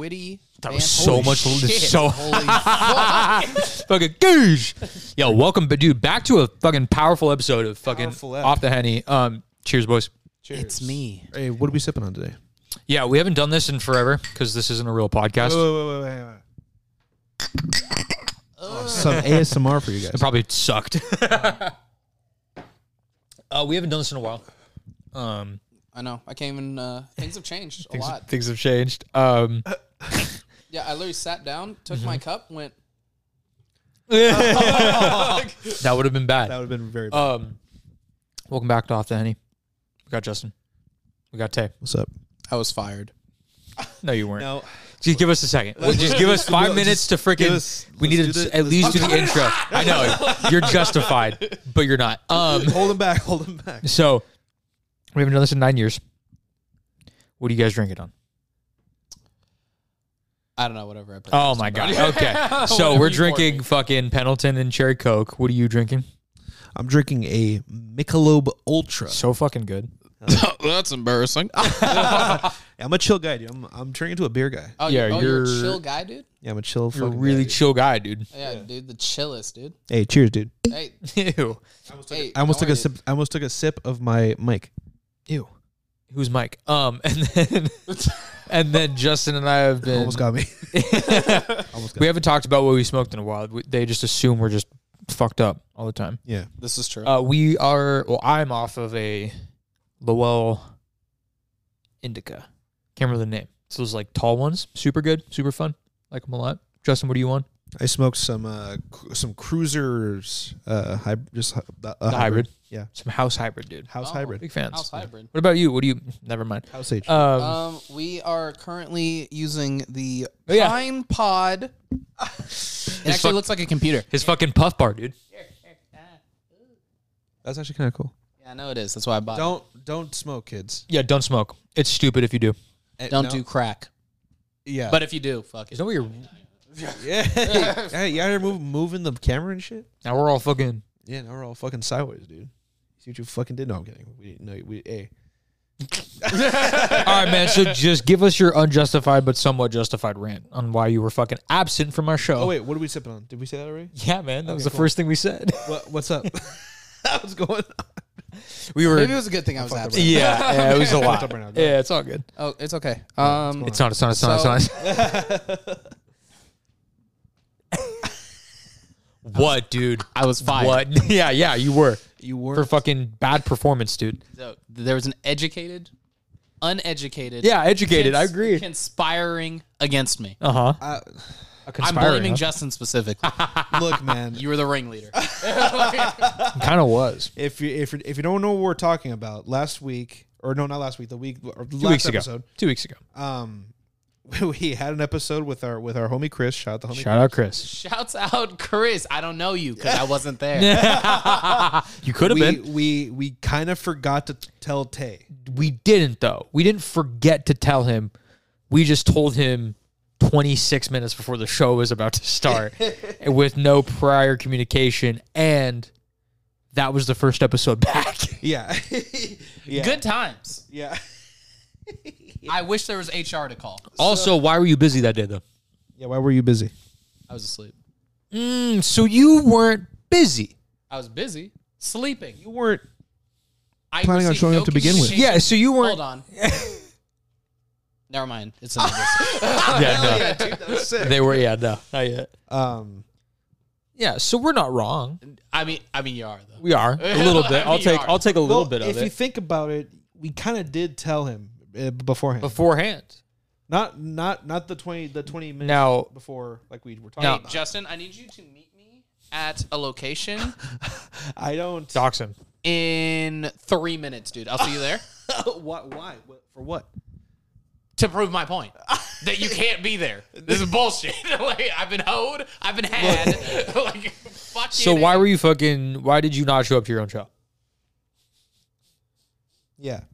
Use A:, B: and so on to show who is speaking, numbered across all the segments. A: witty.
B: That
A: man.
B: was so
A: Holy
B: much-
A: shit.
B: so-
A: Holy fuck.
B: fucking goosh. Yo, welcome, but dude, back to a fucking powerful episode of fucking
C: Powerful ep.
B: off the henny. Um, cheers, boys.
C: Cheers.
A: It's me.
C: Hey, what are we sipping on today?
B: Yeah, we haven't done this in forever because this isn't a real podcast.
C: Wait, wait, wait, wait, wait, wait. Oh, Some ASMR for you guys.
B: It probably sucked. uh, we haven't done this in a while. Um,
A: I know. I can't even. Uh, things have changed a
B: things,
A: lot.
B: things have changed. Um,
A: Yeah, I literally sat down, took my cup, went.
B: that would have been bad.
C: That would have been very. bad.
B: Um, welcome back to Off the Henny. We got Justin. We got Tay.
C: What's up?
A: I was fired.
B: No, you weren't.
C: No,
B: Just give us a second. Well, just give us five minutes to freaking.
C: give us-
B: we
C: let's
B: need
C: do
B: to
C: the-
B: at least do the intro. I know you're justified, but you're not. Um.
C: hold him back. Hold him back.
B: So we haven't done this in nine years. What do you guys drink it on?
A: I don't know. Whatever. I put.
B: Oh my god. Okay. So we're drinking fucking Pendleton and cherry coke. What are you drinking?
C: I'm drinking a Michelob Ultra.
B: So fucking good.
A: That's embarrassing.
C: I'm a chill guy, dude. I'm, I'm turning into a beer guy.
A: Oh,
B: Yeah,
A: yeah, oh, you're,
B: you're-
A: a chill guy, dude.
C: Yeah, I'm a chill.
B: You're a
C: fucking
B: really
C: guy,
B: chill guy, dude.
A: Yeah, dude, the chillest, dude.
C: dude. Hey, cheers, dude.
A: Hey,
B: Ew.
A: hey,
C: I almost
A: how
C: took
A: are
C: a
A: you?
C: sip. I almost took a sip of my mic.
B: Ew. Who's Mike? Um and then and then Justin and I have been
C: Almost got me. almost got.
B: we
C: Me.
B: haven't talked about what we smoked in a while. We- They just assume we're just fucked up all the time.
C: Yeah.
A: This is true.
B: Uh, we are. Well, I'm off of a Lowell Indica. Can't remember the name. It's those like tall ones. Super good. Super fun. Like them a lot. Justin, what do you want?
C: I smoked some uh cru- some cruisers uh hyb- just hy- uh, a, a
B: The hybrid.
C: Yeah.
B: Some house hybrid, dude.
C: House
A: Oh.
C: hybrid.
B: Big fans.
A: House hybrid.
B: What about you? What do you? Never mind.
C: House H.
B: Um,
A: Um, we are currently using the
B: Oh, yeah.
A: Pine Pod. It actually
B: fuck-
A: looks like a computer.
B: his fucking puff bar, dude.
C: That's actually kind of cool.
A: Yeah, I know it is. That's why I bought. it.
C: Don't don't smoke, kids.
B: Yeah, don't smoke. It's stupid if you do.
C: Eh,
A: Don't
C: no.
A: do crack.
C: Yeah.
A: But if you do, fuck it.
B: Is that what you're?
C: yeah. hey, you out here moving moving the camera and shit.
B: Now we're all fucking.
C: Yeah. Now we're all fucking sideways, dude. See what you fucking did? No, I'm kidding. We didn't. No, we. Hey.
B: all right, man. So just give us your unjustified but somewhat justified rant on why you were fucking absent from our show.
C: Oh wait, what are we sipping on? Did we say that already?
B: Yeah, man. That was the
C: Okay, cool.
B: first thing we said.
C: What, what's up? What's going on?
B: We were.
A: Maybe it was a good thing I was
C: fucked up
A: absent.
B: Yeah, yeah, it was a lot.
C: up right now, go
B: yeah, it's all good.
A: Oh, it's okay. Um,
B: It's not. It's not. It's not. it's not. what, dude?
A: I was fired.
B: What? Yeah, yeah, you were
C: You were
B: for fucking bad performance, dude.
A: So, there was an educated, uneducated.
B: Yeah, educated. I
A: cons-
B: agree.
A: Conspiring against me.
B: Uh huh.
C: Uh,
A: I'm blaming Justin specifically.
C: look, man.
A: you were the ringleader.
B: Kind of was.
C: If you if you if you don't know what we're talking about, last week or no, not last week, the week or
B: Two
C: last
B: weeks
C: episode,
B: ago. Two weeks ago.
C: um, we had an episode with our with our homie Chris. Shout out to homie.
B: Shout out, Chris.
A: Shouts out, Chris. I don't know you because I wasn't there.
B: You could have
C: Chris. We
B: been.
C: we we kind of forgot to t- tell Tay.
B: We didn't though. We didn't forget to tell him. We just told him 26 minutes before the show was about to start, with no prior communication, and that was the first episode back.
C: Yeah, yeah,
A: Good times.
C: yeah,
A: I wish there was HR to call.
B: Also, why were you busy that day though?
C: yeah. Why were you busy?
A: I was asleep.
B: Mm, so you weren't busy.
A: I was busy sleeping.
C: You weren't.
A: I
C: Planning on
A: received
C: showing
A: no
C: up to begin with.
A: communication.
B: Yeah, so you weren't.
A: Hold on. Never mind. It's another.
B: Yeah, no. They were. Yeah, no, not yet.
C: Um,
B: Yeah, so we're not wrong.
A: I mean, I mean, you are though.
B: We are a little bit. I'll
A: We
B: take.
A: are.
B: I'll take a little
C: well,
B: bit of
C: if you
B: it
C: think about it, we kind of did tell him uh, beforehand.
B: beforehand.
C: not not not the twenty the twenty minutes
B: Now-
C: before like we were talking
B: Now-
C: about.
A: Justin, I need you to meet me at a location
C: I don't.
B: Dox him.
A: in three minutes, dude. I'll see you there
C: what? Why? What, for what?
A: to prove my point that you can't be there. This is bullshit. like, I've been hoed. I've been had. like, fucking.
B: So why were you fucking? Why did you not show up to your own show?
C: Yeah.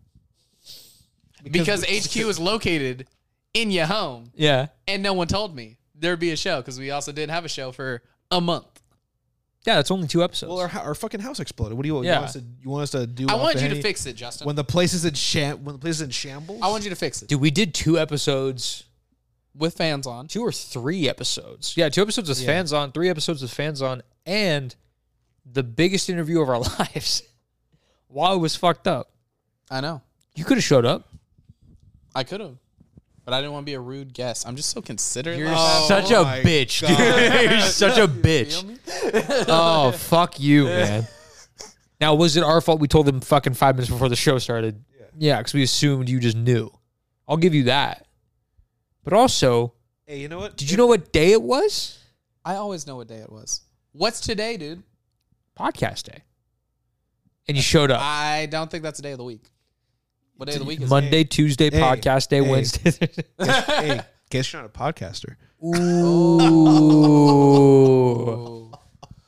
A: Because HQ is located in your home,
B: Yeah.
A: and no one told me there'd be a show because we also didn't have a show for a month.
B: Yeah, it's only two episodes.
C: Well, our, hou- our fucking house exploded. What do you, you
B: Yeah.
C: want us to? You want us to do?
A: I
C: off
A: want
C: the
A: you to
C: henny?
A: fix it, Justin.
C: when the place is in sham. When the place is in shambles.
A: I want you to fix it.
B: Dude, we did two episodes
A: with fans on.
B: two or three episodes. Yeah, two episodes with fans on, three episodes with fans on, and the biggest interview of our lives. Wow, it was fucked up.
A: I know.
B: You could have showed up.
A: I could have. But I didn't want to be a rude guest. I'm just so considerate.
B: You're
A: like that.
B: such a
C: my
B: bitch, dude. You're such a bitch. Oh, fuck you, man. Now, was it our fault we told them fucking five minutes before the show started? Yeah, because we assumed you just knew. I'll give you that. But also,
C: Hey, you know what?
B: did you know what day it was?
A: I always know what day it was. What's today, dude?
B: Podcast day. And you showed up.
A: I don't think that's a day of the week. What day of the week is it?
B: Monday, Tuesday,
C: Hey,
B: podcast day,
C: hey.
B: Wednesday.
C: Guess, hey, guess you're not a podcaster.
B: Ooh.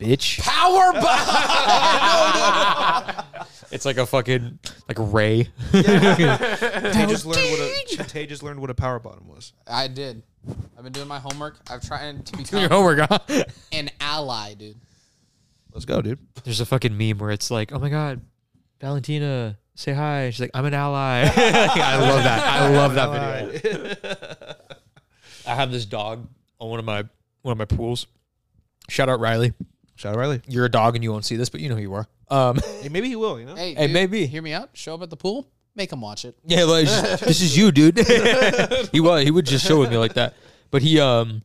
B: Bitch.
A: Power bomb.
B: It's like a fucking, like Ray.
C: Tay just, learned what a, Tay just learned what a power bottom was.
A: I did. I've been doing my homework. I've tried to
B: Your
A: become
B: homework, huh?
A: an ally, dude.
C: Let's go, dude.
B: There's a fucking meme where it's like, oh my god, Valentina, say hi. She's like, I'm an ally. I love that. I love that video. I have this dog on one of my one of my pools. Shout out Riley.
C: Shout out Riley.
B: You're a dog and you won't see this, but you know who you are. Um,
C: Hey, maybe he will. You know.
A: Hey,
B: Hey,
A: dude,
B: maybe.
A: Hear me out. Show up at the pool. Make them watch it.
B: yeah, like, just- this is you, dude. he was he would just show with me like that. But he um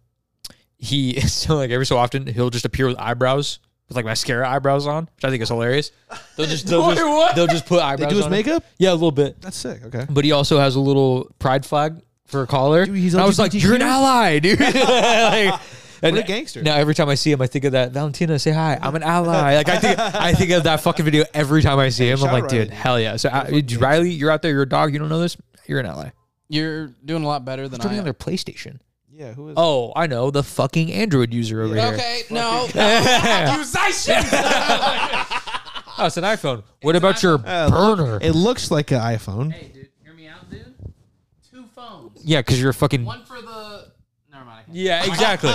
B: he so like every so often he'll just appear with eyebrows with like mascara eyebrows on, which I think is hilarious. They'll just they'll,
C: Wait, what?
B: just, they'll just put
C: They
B: eyebrows.
C: do his
B: on him.
C: makeup.
B: Yeah, a little bit.
C: That's sick. Okay.
B: but he also has a little pride flag for a collar.
C: Dude, he's
B: and I was like,
C: LGBT
B: "You're an
C: too?
B: ally, dude." Like, and
C: What a gangster.
B: Now every time I see him, I think of that Valentina. Say hi. I'm an ally. Like I think, I think of that fucking video every time I see him. I'm
C: shout
B: like,
C: out
B: dude,
C: Riley.
B: hell yeah. So I, Riley, you're out there. You're a dog. You don't know this. You're an ally.
A: You're doing a lot better than I
B: Turning on
A: am.
B: their PlayStation.
C: Yeah. Who is?
B: Oh, I know the fucking Android user over here.
A: Okay, no. Accusation.
B: Oh, it's an iPhone. What about
C: Oh,
B: your burner?
C: It looks like an iPhone.
A: hey, dude. Hear me out, dude. Two phones.
B: Yeah, because you're a fucking.
A: One for the. Never mind. I can't.
B: Yeah, exactly.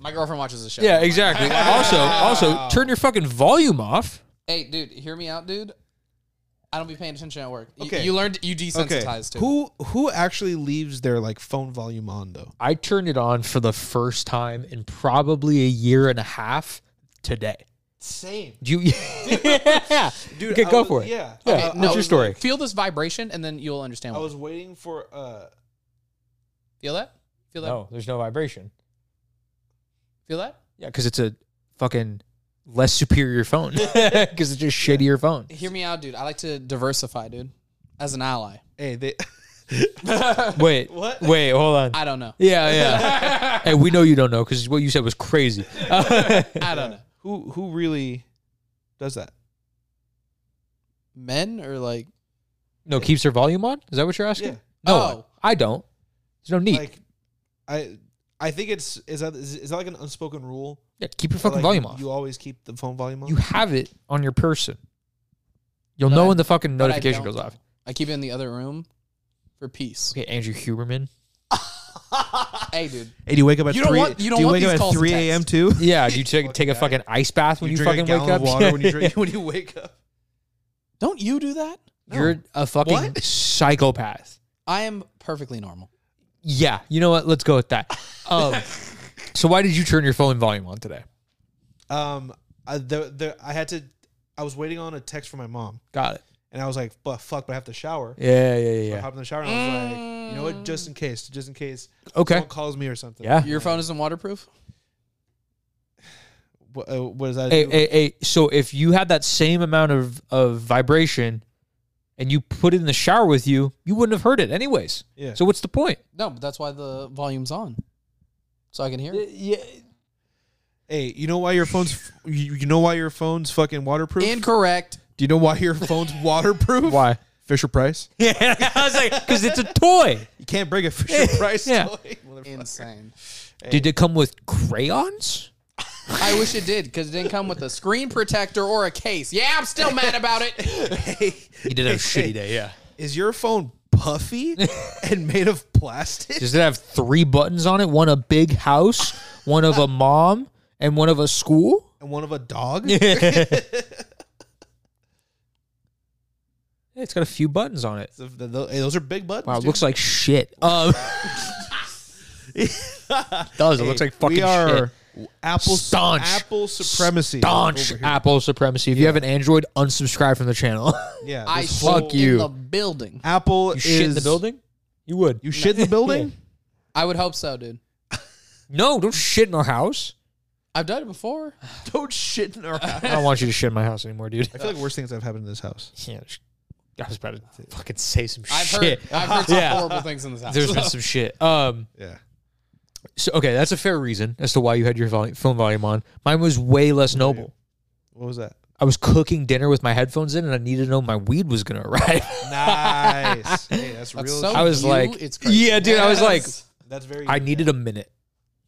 A: My girlfriend watches the show.
B: Yeah, exactly. Also, also, turn your fucking volume off.
A: Hey, dude. Hear me out, dude. I don't be paying attention at work. You,
C: Okay.
A: you learned. You desensitized to. it.
C: Who who actually leaves their like phone volume on though?
B: I turned it on for the first time in probably a year and a half today.
C: Same.
B: Do you? yeah, dude, okay,
C: I
B: go
C: was-
B: for it.
C: yeah.
B: yeah.
C: Okay,
B: what's
A: no,
B: your story?
A: Feel this vibration, and then you'll understand.
C: I
A: What.
C: was waiting for uh
A: feel that. Feel that.
B: No, there's no vibration.
A: Feel that.
B: Yeah, because it's a fucking less superior phone. Because it's just shittier phone.
A: Hear me out, dude. I like to diversify, dude. As an ally.
C: hey they
B: Wait,
C: What?
B: Wait, hold on.
A: I don't know.
B: yeah, yeah. hey, we know you don't know because what you said was crazy.
A: I don't know.
C: who who really does that?
A: Men or like.
B: no, keeps her volume on. Is that what you're asking?
C: Yeah.
B: No,
A: Oh.
B: I don't. There's no need.
C: Like I I think it's is that is, is that like an unspoken rule?
B: yeah, keep your fucking
C: Like,
B: volume
C: you,
B: off.
C: You always keep the phone volume on.
B: You have it on your person. You'll know
A: I-
B: when the fucking
A: but I
B: notification
A: don't.
B: goes off.
A: I keep it in the other room for peace.
B: Okay, Andrew Huberman.
A: hey, dude.
C: hey, do you wake up at
A: You don't
C: three?
A: want- you don't
C: do you
A: want
C: wake
A: these
C: up
A: calls
C: at
A: and
C: three a.m.
A: texts.
C: too?
B: Yeah, do you take, take a
C: guy.
B: fucking ice bath when you,
C: drink
B: fucking
C: a
B: wake
C: gallon
B: up?
C: of water when you drink when you wake up.
A: Don't you do that?
B: You're a fucking
C: What?
B: psychopath.
A: I am perfectly normal.
B: Yeah, you know what? Let's go with that. Um, so why did you turn your phone volume on today?
C: Um, I, the, the, I had to. I was waiting on a text from my mom,
B: Got it.
C: and I was like, "But fuck, but I have to shower."
B: Yeah, yeah, yeah.
C: I
B: yeah.
C: hopped in the shower and I was like, "You know what? Just in case, just in case,
B: Okay.
C: someone calls me or something."
B: Yeah.
A: Your phone isn't waterproof?
C: What, uh, what does that?
B: Hey,
C: do?
B: hey, hey, so if you had that same amount of, of vibration and you put it in the shower with you, you wouldn't have heard it anyways.
C: Yeah.
B: So what's the point?
A: No, but that's why the volume's on. So I can hear it.
B: Yeah.
C: Hey, you know why your phone's? f- You, you know why your phone's fucking waterproof?
A: Incorrect.
C: do you know why your phone's waterproof?
B: Why?
C: Fisher Price.
B: Yeah, I was like, because it's a toy.
C: You can't break a Fisher Price.
B: Yeah.
C: toy, motherfucker.
A: Insane.
B: Did it come with crayons?
A: I wish it did because it didn't come with a screen protector or a case. Yeah, I'm still mad about it.
B: He did have a shitty day, yeah.
C: Is your phone puffy and made of plastic?
B: Does it have three buttons on it? One a big house, one of a mom, and one of a school?
C: and one of a dog?
B: It's got a few buttons on it.
C: Th- th- th- hey, Those are big buttons.
B: Wow, it
C: dude.
B: looks like shit. Um, It does. it
C: Hey,
B: looks like fucking
C: we are
B: shit.
C: Apple
B: Staunch.
C: Apple supremacy.
B: Staunch
C: over here.
B: Apple supremacy. If you have an Android, unsubscribe from the channel.
C: Yeah.
A: I
C: this-
B: fuck
A: shit
B: you.
A: in the building.
C: Apple
B: you
C: is
B: shit in the building? You would.
C: You shit in the building?
A: I would hope so, dude.
B: no, don't shit in our house.
A: I've done it before.
C: Don't shit in our house.
B: I don't want you to shit in my house anymore, dude.
C: I feel like worse things have happened in this house.
B: Yeah, sh- I was about to fucking say some
A: I've
B: shit.
A: heard I've heard some
B: Yeah.
A: horrible things in this house.
B: There's been some shit. Um,
C: Yeah.
B: so okay, that's a fair reason as to why you had your vol- film volume on. Mine was way less noble.
C: What was that?
B: I was cooking dinner with my headphones in, and I needed to know my weed was gonna arrive.
C: Nice. hey, that's,
A: That's
C: real.
A: so
B: I was
A: you,
B: like,
A: it's crazy.
B: yeah, dude. I was like,
A: Yes.
C: that's very.
B: I needed a minute.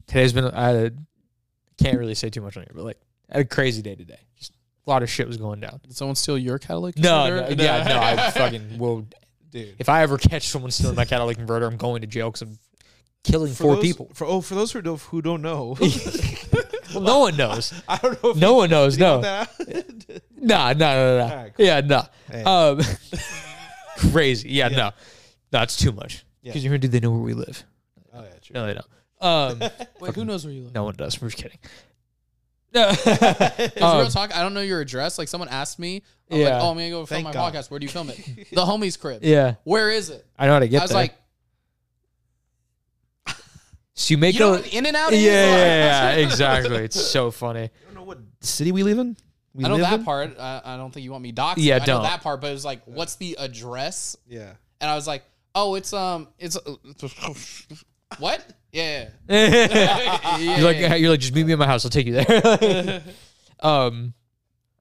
B: Today's been I can't really say too much on here, but like I had a crazy day today. Just a lot of shit was going down.
A: Did someone steal your catalytic?
B: No, no,
A: converter?
B: yeah, no. I fucking will.
C: dude.
B: If I ever catch someone stealing my catalytic converter, I'm going to jail because I'm killing
C: For
B: four
C: those-
B: people.
C: For, oh, for those who don't who don't know,
B: Well, no one knows.
C: I don't know. If
B: No one knows.
C: you
B: No.
C: know that.
B: Nah, nah, nah, nah.
C: All right, cool.
B: Yeah, nah.
C: Hey.
B: Um, crazy. Yeah, no. No, it's too much.
C: Yeah.
B: Because you're going to do they know where we live.
C: Oh, yeah, true.
B: No, they don't. Um,
A: Wait, who knows where you live?
B: no one does. We're just kidding. No.
A: Is
B: Um,
A: real talk. I don't know your address. Like someone asked me, I'm
B: Yeah.
A: like, oh, I'm gonna go film
C: Thank
A: my
C: God.
A: podcast. Where do you film it? the homie's crib.
B: yeah.
A: Where is it?
B: I know how to get
A: I was
B: there.
A: like,
B: so you make
A: you know,
B: a.
A: what in and out.
B: Yeah,
A: is?
B: yeah,
A: Like,
B: yeah, yeah, exactly. It's so funny.
C: I don't know what city we live in. We
A: I know
C: live
A: that
C: in?
A: part. I, I don't think you want me doxing.
B: Yeah,
A: I know
B: don't.
A: that part. But it was like, what's the address?
C: Yeah.
A: And I was like, oh, it's um, it's what? Yeah. yeah.
B: You're like, you're like, just meet me at my house. I'll take you there. um,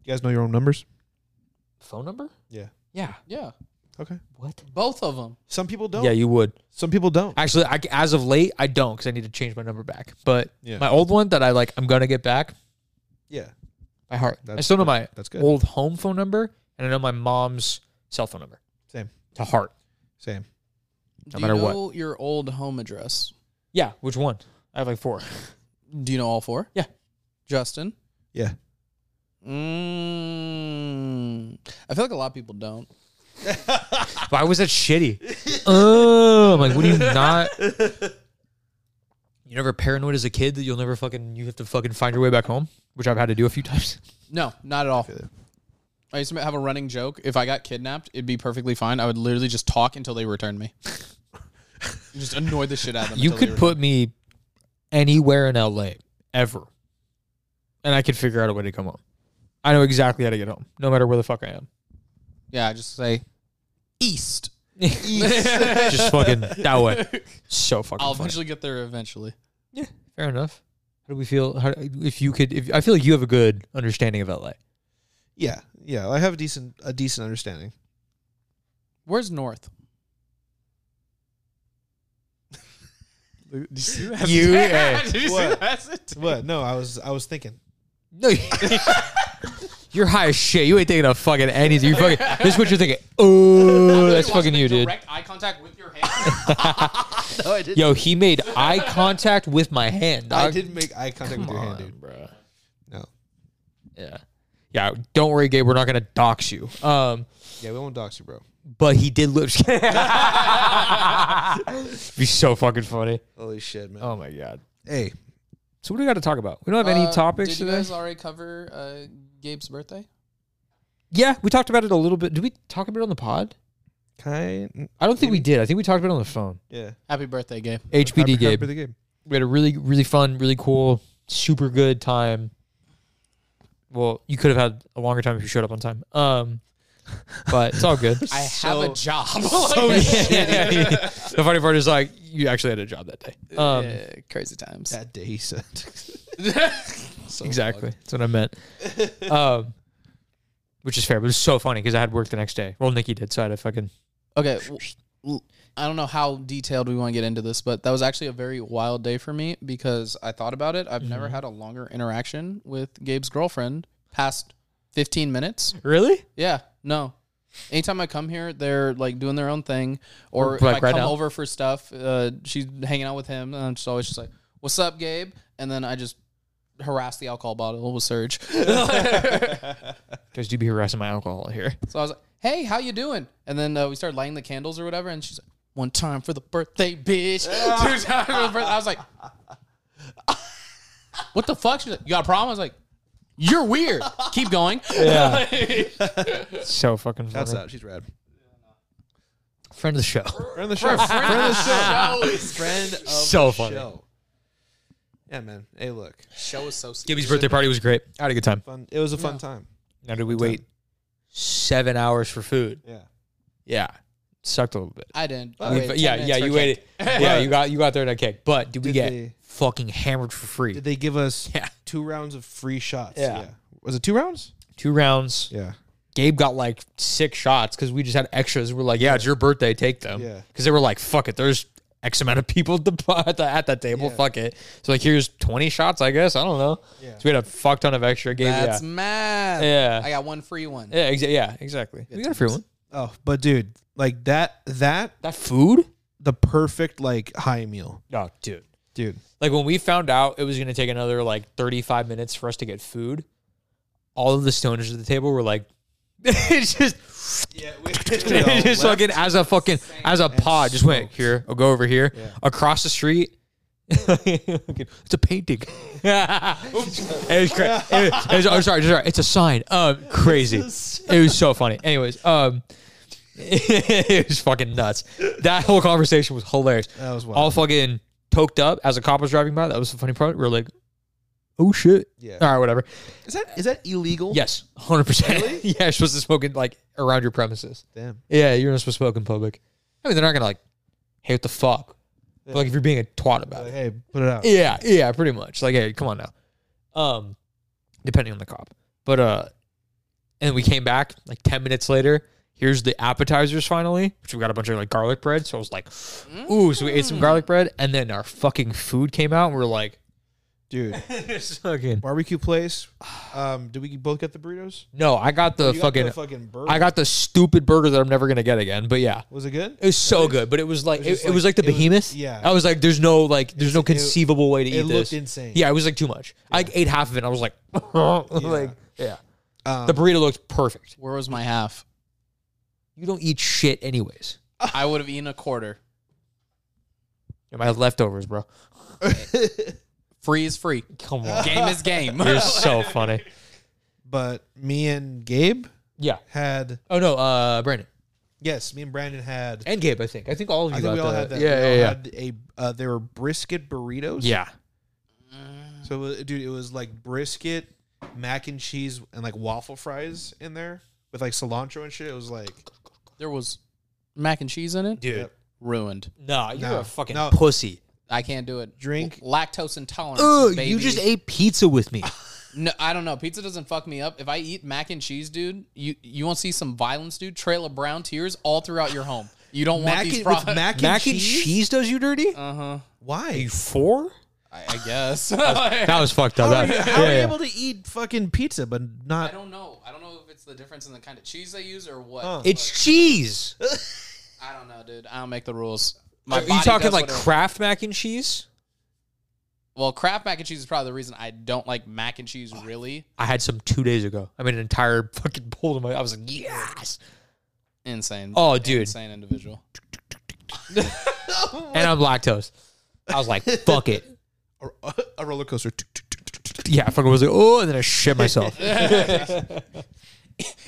C: You guys know your own numbers?
B: phone number?
C: Yeah.
B: Yeah.
A: yeah,
C: Okay.
B: What?
A: both of them.
C: Some people don't.
B: Yeah, you would.
C: Some people don't.
B: Actually, I, as of late, I don't because I need to change my number back. But
C: Yeah.
B: my old one that I like, I'm gonna get back
C: yeah.
B: by heart. I
C: That's
B: still know
C: good.
B: my
C: That's good.
B: old home phone number and I know my mom's cell phone number
C: Same.
B: to heart.
C: Same.
A: Do
B: matter
A: you
B: what.
A: know your old home address?
B: Yeah, which one? I have like four.
A: Do you know all four?
B: Yeah.
A: Justin.
C: Yeah.
A: Mm, I feel like a lot of people don't.
B: Why was that shitty? oh, I'm like, what do you not? You never paranoid as a kid that you'll never fucking you have to fucking find your way back home, which I've had to do a few times.
A: No, not at all.
C: feel it.
A: I used to have a running joke. If I got kidnapped, it'd be perfectly fine. I would literally just talk until they returned me. just annoy the shit out of them.
B: You
A: until they
B: could
A: returned
B: put me anywhere in LA ever, and I could figure out a way to come home. I know exactly how to get home, no matter where the fuck I am.
A: me. Yeah, just say east.
B: Just fucking that way. So fucking
A: I'll
B: funny.
A: eventually get there. Eventually,
B: Yeah, fair enough. How do we feel? How, if you could, if I feel like you have a good understanding of LA.
C: Yeah. Yeah. I have a decent a decent understanding.
A: where's north?
B: You,
C: What? What? No, I was I was thinking.
B: no, you're high as shit. You ain't thinking of fucking anything. You fucking this is what you're thinking. Oh, that's fucking you, dude.
A: Direct eye contact with your hand.
C: No, I didn't.
B: Yo, he made eye contact with my hand.
C: I
B: dog.
C: didn't make eye contact with your hand, dude.
B: bro.
C: No.
B: Yeah, yeah. Don't worry, Gabe. We're not gonna dox you. Um,
C: Yeah, we won't dox you, bro.
B: but he did look. Be so fucking funny.
C: Holy shit, man.
B: Oh my god.
C: Hey.
B: So what do we got to talk about? We don't have any
A: Uh,
B: topics
A: Did you
B: today.
A: guys already cover uh, Gabe's birthday?
B: Yeah, we talked about it a little bit. Did we talk about it on the pod?
C: Kind
B: I don't think we did. I think we talked about it on the phone.
C: yeah.
A: Happy birthday, Gabe.
B: HBD
C: Happy- happy
B: Gabe.
C: for the game.
B: We had a really, really fun, really cool, super good time. Well, you could have had a longer time if you showed up on time. Um, but it's all good.
A: I have a job.
B: so shitty. The funny part is like you actually had a job that day. Um,
A: Yeah, crazy times.
C: That day he said.
B: exactly. That's what I meant. Um, which is fair, but it was so funny because I had work the next day. Well, Nikki did, so I had to fucking
A: Okay. w- w- I don't know how detailed we want to get into this, but that was actually a very wild day for me because I thought about it. I've
B: Mm-hmm.
A: never had a longer interaction with Gabe's girlfriend past 15 minutes.
B: really.
A: Yeah, no. Anytime I come here, they're like doing their own thing, or if
B: Like
A: I
B: right
A: come
B: now?
A: over for stuff, uh, she's hanging out with him, and I'm just always just like, "What's up, Gabe?" And then I just harass the alcohol bottle with Surge.
B: Guys, do be harassing my alcohol here.
A: So I was like, "Hey, how you doing?" And then uh, we started lighting the candles or whatever, and she's like, one time for the birthday, bitch. Two times for the birthday. I was like, what the fuck? She's like, you got a problem? I was like, you're weird. Keep going.
B: Yeah. so fucking funny.
C: That's out. She's rad.
B: Friend of the show.
C: Friend of the show. Friend of the show.
D: Oh, it's-
C: Friend of
B: So
C: the
B: funny.
C: show. Yeah, man. Hey, look.
A: Show associate.
B: Gibby's birthday party was great. I had a good time.
C: Fun. It was a fun time.
B: Now did we wait seven hours for food?
C: Yeah.
B: Yeah. Sucked a little bit.
A: I didn't. I
B: We-
A: waited
B: yeah,
A: 10
B: yeah,
A: minutes
B: you
A: for a
B: waited.
A: cake.
B: yeah, you got you got there in that cake. But did, we
C: Did
B: get
C: they-
B: fucking hammered for free?
C: Did they give us
B: Yeah.
C: two rounds of free shots?
B: Yeah.
C: Was it two rounds?
B: Two rounds.
C: Yeah.
B: Gabe got like six shots because we just had extras. We're like, yeah, it's your birthday, take them.
C: Yeah.
B: Because they were like, fuck it, there's X amount of people at the bar- at, the, at that table.
C: Yeah.
B: Fuck it. So like, here's twenty shots, I guess. I don't know.
C: Yeah.
B: So we had a fuck ton of extra. Gabe,
A: That's
B: yeah,
A: mad.
B: Yeah.
A: I got one free one.
B: yeah, exa- yeah, exactly. we got a free one.
C: Oh, but dude, like that, that,
B: That food?
C: the perfect like high meal,
B: Oh, dude.
C: dude.
B: Like when we found out it was gonna take another like thirty five minutes for us to get food, all of the stoners at the table were like, it's just
C: Yeah.
B: It just fucking as a fucking as a pod just went here. I'll go over here across the street. it's a painting. it was cra- it was- it was- oh, sorry, sorry. It's a sign. Um, crazy. It was so funny. Anyways, um, it was fucking nuts. That whole conversation was hilarious.
C: That was wild.
B: All fucking toked up as a cop was driving by. That was the funny part. We were like, oh shit.
C: Yeah.
B: All right, whatever.
C: Is that is that illegal?
B: Yes, hundred percent. Yeah, you're supposed to smoke it like around your premises.
C: Damn.
B: Yeah, you're not supposed to smoke in public. I mean, they're not gonna like, hey, what the fuck? But, like, if you're being a twat about
C: Like,
B: it,
C: hey, put it out.
B: yeah, yeah, pretty much. Like, hey, come on now. Um, depending on the cop, but uh, and we came back like ten minutes later. Here's the appetizers finally, which we got a bunch of like garlic bread. So I was like, ooh, so we ate some garlic bread, and then our fucking food came out, and we were like,
C: Dude,
B: fucking.
C: barbecue place. Um, did we both get the burritos?
B: No, I got the
C: You got
B: fucking.
C: the fucking burger.
B: I got the stupid burger that I'm never gonna get again. But yeah.
C: Was it good?
B: It was so good, but it was like it,
C: just
B: it was like
C: like-
B: the
C: it was-
B: behemoth.
C: yeah.
B: I was like, there's no like, there's no
C: it-
B: conceivable way to eat
C: it
B: this.
C: looked insane.
B: Yeah, it was like too much. I like, ate half of it. and I was like, like yeah.
C: Um,
B: the burrito looked perfect.
A: Where was my half?
B: You don't eat shit anyways.
A: I would have eaten a quarter.
B: Yeah, My leftovers, bro.
A: Free is free.
B: Come on,
A: Game is game.
B: you're so funny.
C: But me and Gabe
B: Yeah.
C: had
B: Oh no, uh, Brandon
C: yes, me and Brandon had.
B: and Gabe. I think. I think all of you.
C: I think
B: got
C: we all
B: the-
C: had that.
B: Yeah,
C: we all
B: yeah, yeah.
C: Had a uh, there were brisket burritos.
B: yeah.
C: So uh, dude, it was like brisket, mac and cheese, and like waffle fries in there with like cilantro and shit. It was like
A: There was mac and cheese in it.
B: dude.
C: Yep.
A: Ruined.
B: Nah, you're
C: No,
B: a fucking
C: no.
B: pussy.
A: I can't do it.
C: Drink.
A: L- lactose intolerance.
B: Ugh,
A: baby.
B: you just ate pizza with me.
A: No, I don't know. Pizza doesn't fuck me up. If I eat mac and cheese, dude, you you won't see some violence, dude. Trail of brown tears all throughout your home. You don't want
C: mac
A: these
C: and,
A: problems.
C: with mac and
B: Mac and
C: cheese.
B: cheese does you dirty?
A: uh huh.
C: Why?
B: Four?
A: I, I guess. I
B: That was fucked up.
C: How are
B: That,
C: you,
B: yeah,
C: how are you
B: yeah.
C: able to eat fucking pizza but not?
A: don't know. I don't know if it's the difference in the kind of cheese they use or what.
C: Huh.
B: It's cheese.
A: I don't know, dude. I don't make the rules. My
B: Are you
A: body
B: talking
A: does
B: like
A: what it-
B: Kraft mac and cheese?
A: Well, Kraft mac and cheese is probably the reason I don't like mac and cheese. Really,
B: I had some two days ago. I made an entire fucking bowl of my. I was like, yes.
A: insane.
B: Oh, dude.
A: insane individual.
B: And I'm lactose. I was like, fuck it.
C: a, a roller coaster.
B: Yeah, I fucking was like, oh, and then I shit myself.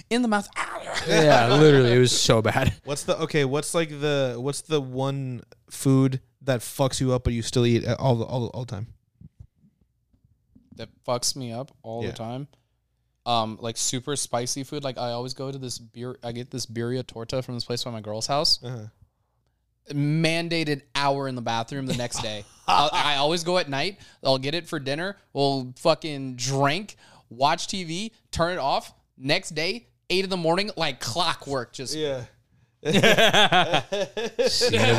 A: In the mouth.
B: yeah, literally, it was so bad.
C: What's the okay? What's like the what's the one food that fucks you up but you still eat all the all, all the time?
A: that fucks me up all
C: Yeah.
A: the time. Um, like super spicy food. Like I always go to this beer. I get this birria torta from this place by my girl's house.
C: Uh-huh.
A: Mandated hour in the bathroom the next day. I'll- I always go at night. I'll get it for dinner. We'll fucking drink, watch TV, turn it off. Next day, eight in the morning, like clockwork. Just
C: Yeah.
B: See you in a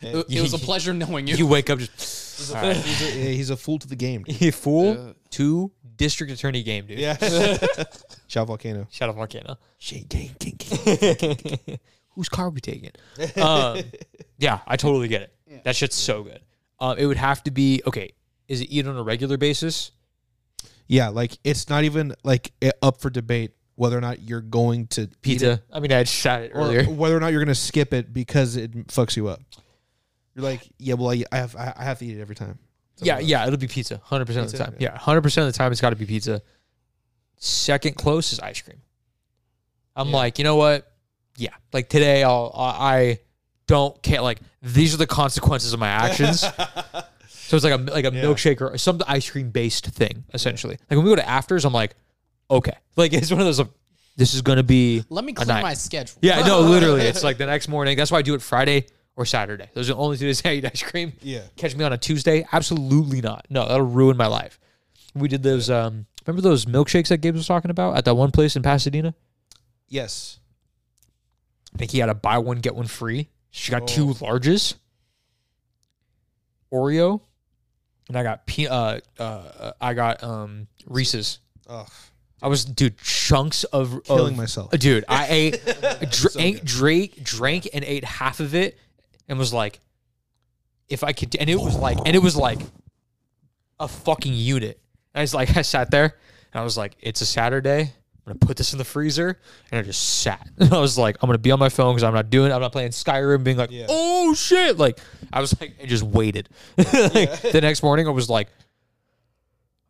A: it, it was a pleasure knowing you.
B: bit. You wake up just,
C: He's a, he's a- yeah, he's a fool to the game. dude.
B: you fool, two district attorney game, dude.
C: Yeah. Shout volcano.
B: Shout out Volcano. Whose car we taking? Um, yeah, I totally get it. That shit's so good. Um, it would have to be okay. Is it eat on a regular basis?
C: Yeah, like it's not even like i- up for debate whether or not you're going to eat it
B: Pizza. I mean, I had shot it
C: or
B: earlier.
C: whether or not you're going to skip it because it fucks you up. You're like, yeah, well, I, I have I I have to eat it every time. So,
B: Yeah,
C: uh,
B: yeah, it'll be pizza. Hundred percent of the
C: Pizza?
B: time. Yeah, hundred percent of the time, it's got to be pizza. Second close is ice cream. I'm
D: Yeah.
B: like, you know what? Yeah, like today, I'll I I don't care. Like these are the consequences of my actions. so it's like a like a
C: Yeah.
B: milkshake or some ice cream based thing essentially. Like when we go to afters, I'm like, okay, like it's one of those. Like, this is gonna be.
A: Let me
B: a
A: clear
B: night.
A: my schedule.
B: Yeah, no, literally, it's like the next morning. That's why I do it Friday or Saturday. Those are the only two days I eat ice cream
C: Yeah.
B: catch me on a Tuesday? Absolutely not. No, that'll ruin my life. We did those. Um, remember those milkshakes that Gabe was talking about at that one place in Pasadena?
C: Yes.
B: I think he had a buy one get one free. She got two
C: Oh.
B: larges, Oreo, and I got pe- uh, uh I got um Reese's.
C: Ugh.
B: I was dude chunks of of-
C: Killing myself.
B: Uh, Dude, I ate
C: So
B: drank,
C: good.
B: drank drank and ate half of it and was like if I could and it was like and it was like a fucking unit. And I was like I sat there and I was like it's a Saturday. I'm going to put this in the freezer and I just sat. And I was like I'm going to be on my phone cuz I'm not doing I'm not playing Skyrim being like
C: Yeah.
B: oh shit like I was like and just waited. like, the next morning I was like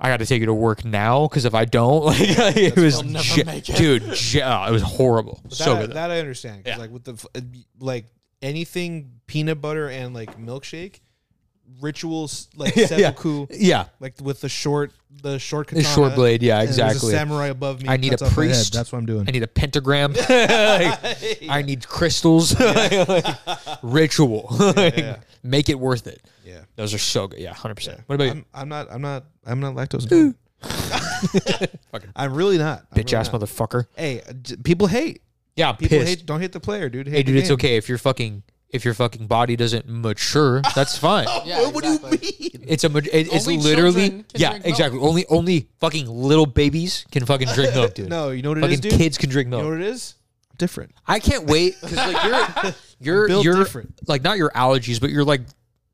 B: I got to take you to work now because if I don't, like, it was,
D: You'll never
B: ja-
D: make it.
B: dude, ja- it was horrible.
C: That,
B: so good.
C: that I understand. 'cause,
D: Yeah.
C: Like with the f- uh, like anything peanut butter and like milkshake rituals like
B: Yeah, yeah.
C: seppuku
B: yeah,
C: like with the short the short
B: the
C: katana.
B: short blade. Yeah,
C: and there's
B: exactly.
C: a samurai above me.
B: I need
C: cuts
B: a
C: off my head.
B: priest.
C: That's what I'm doing.
B: I need a pentagram. Like, I need crystals. Like, ritual. Like,
C: yeah.
B: Make it worth it.
C: yeah.
B: Those are so good. Yeah, hundred percent. What about you?
C: I'm, I'm not. I'm not. I'm not lactose intolerant. I'm really not. I'm
B: Bitch
C: really
B: ass
C: not.
B: motherfucker.
C: Hey, uh, j- people hate.
B: Yeah, I'm
C: People
B: pissed.
C: hate. Don't hate the player, dude. Hate
B: hey, dude,
C: the
B: it's
C: game.
B: okay if your fucking if your fucking body doesn't mature. That's fine.
A: Yeah,
C: What
A: exactly.
C: do you mean?
B: It's a. ma- It, it's
A: Only
B: literally.
A: children can
B: Yeah,
A: drink milk.
B: exactly. Only only fucking little babies can fucking drink milk, dude.
C: No, you know what it
B: fucking
C: is, dude.
B: kids can drink
C: You know
B: milk.
C: what it is? Different.
B: I can't wait because like you're you're
C: built
B: you're
C: different.
B: like not your allergies, but your like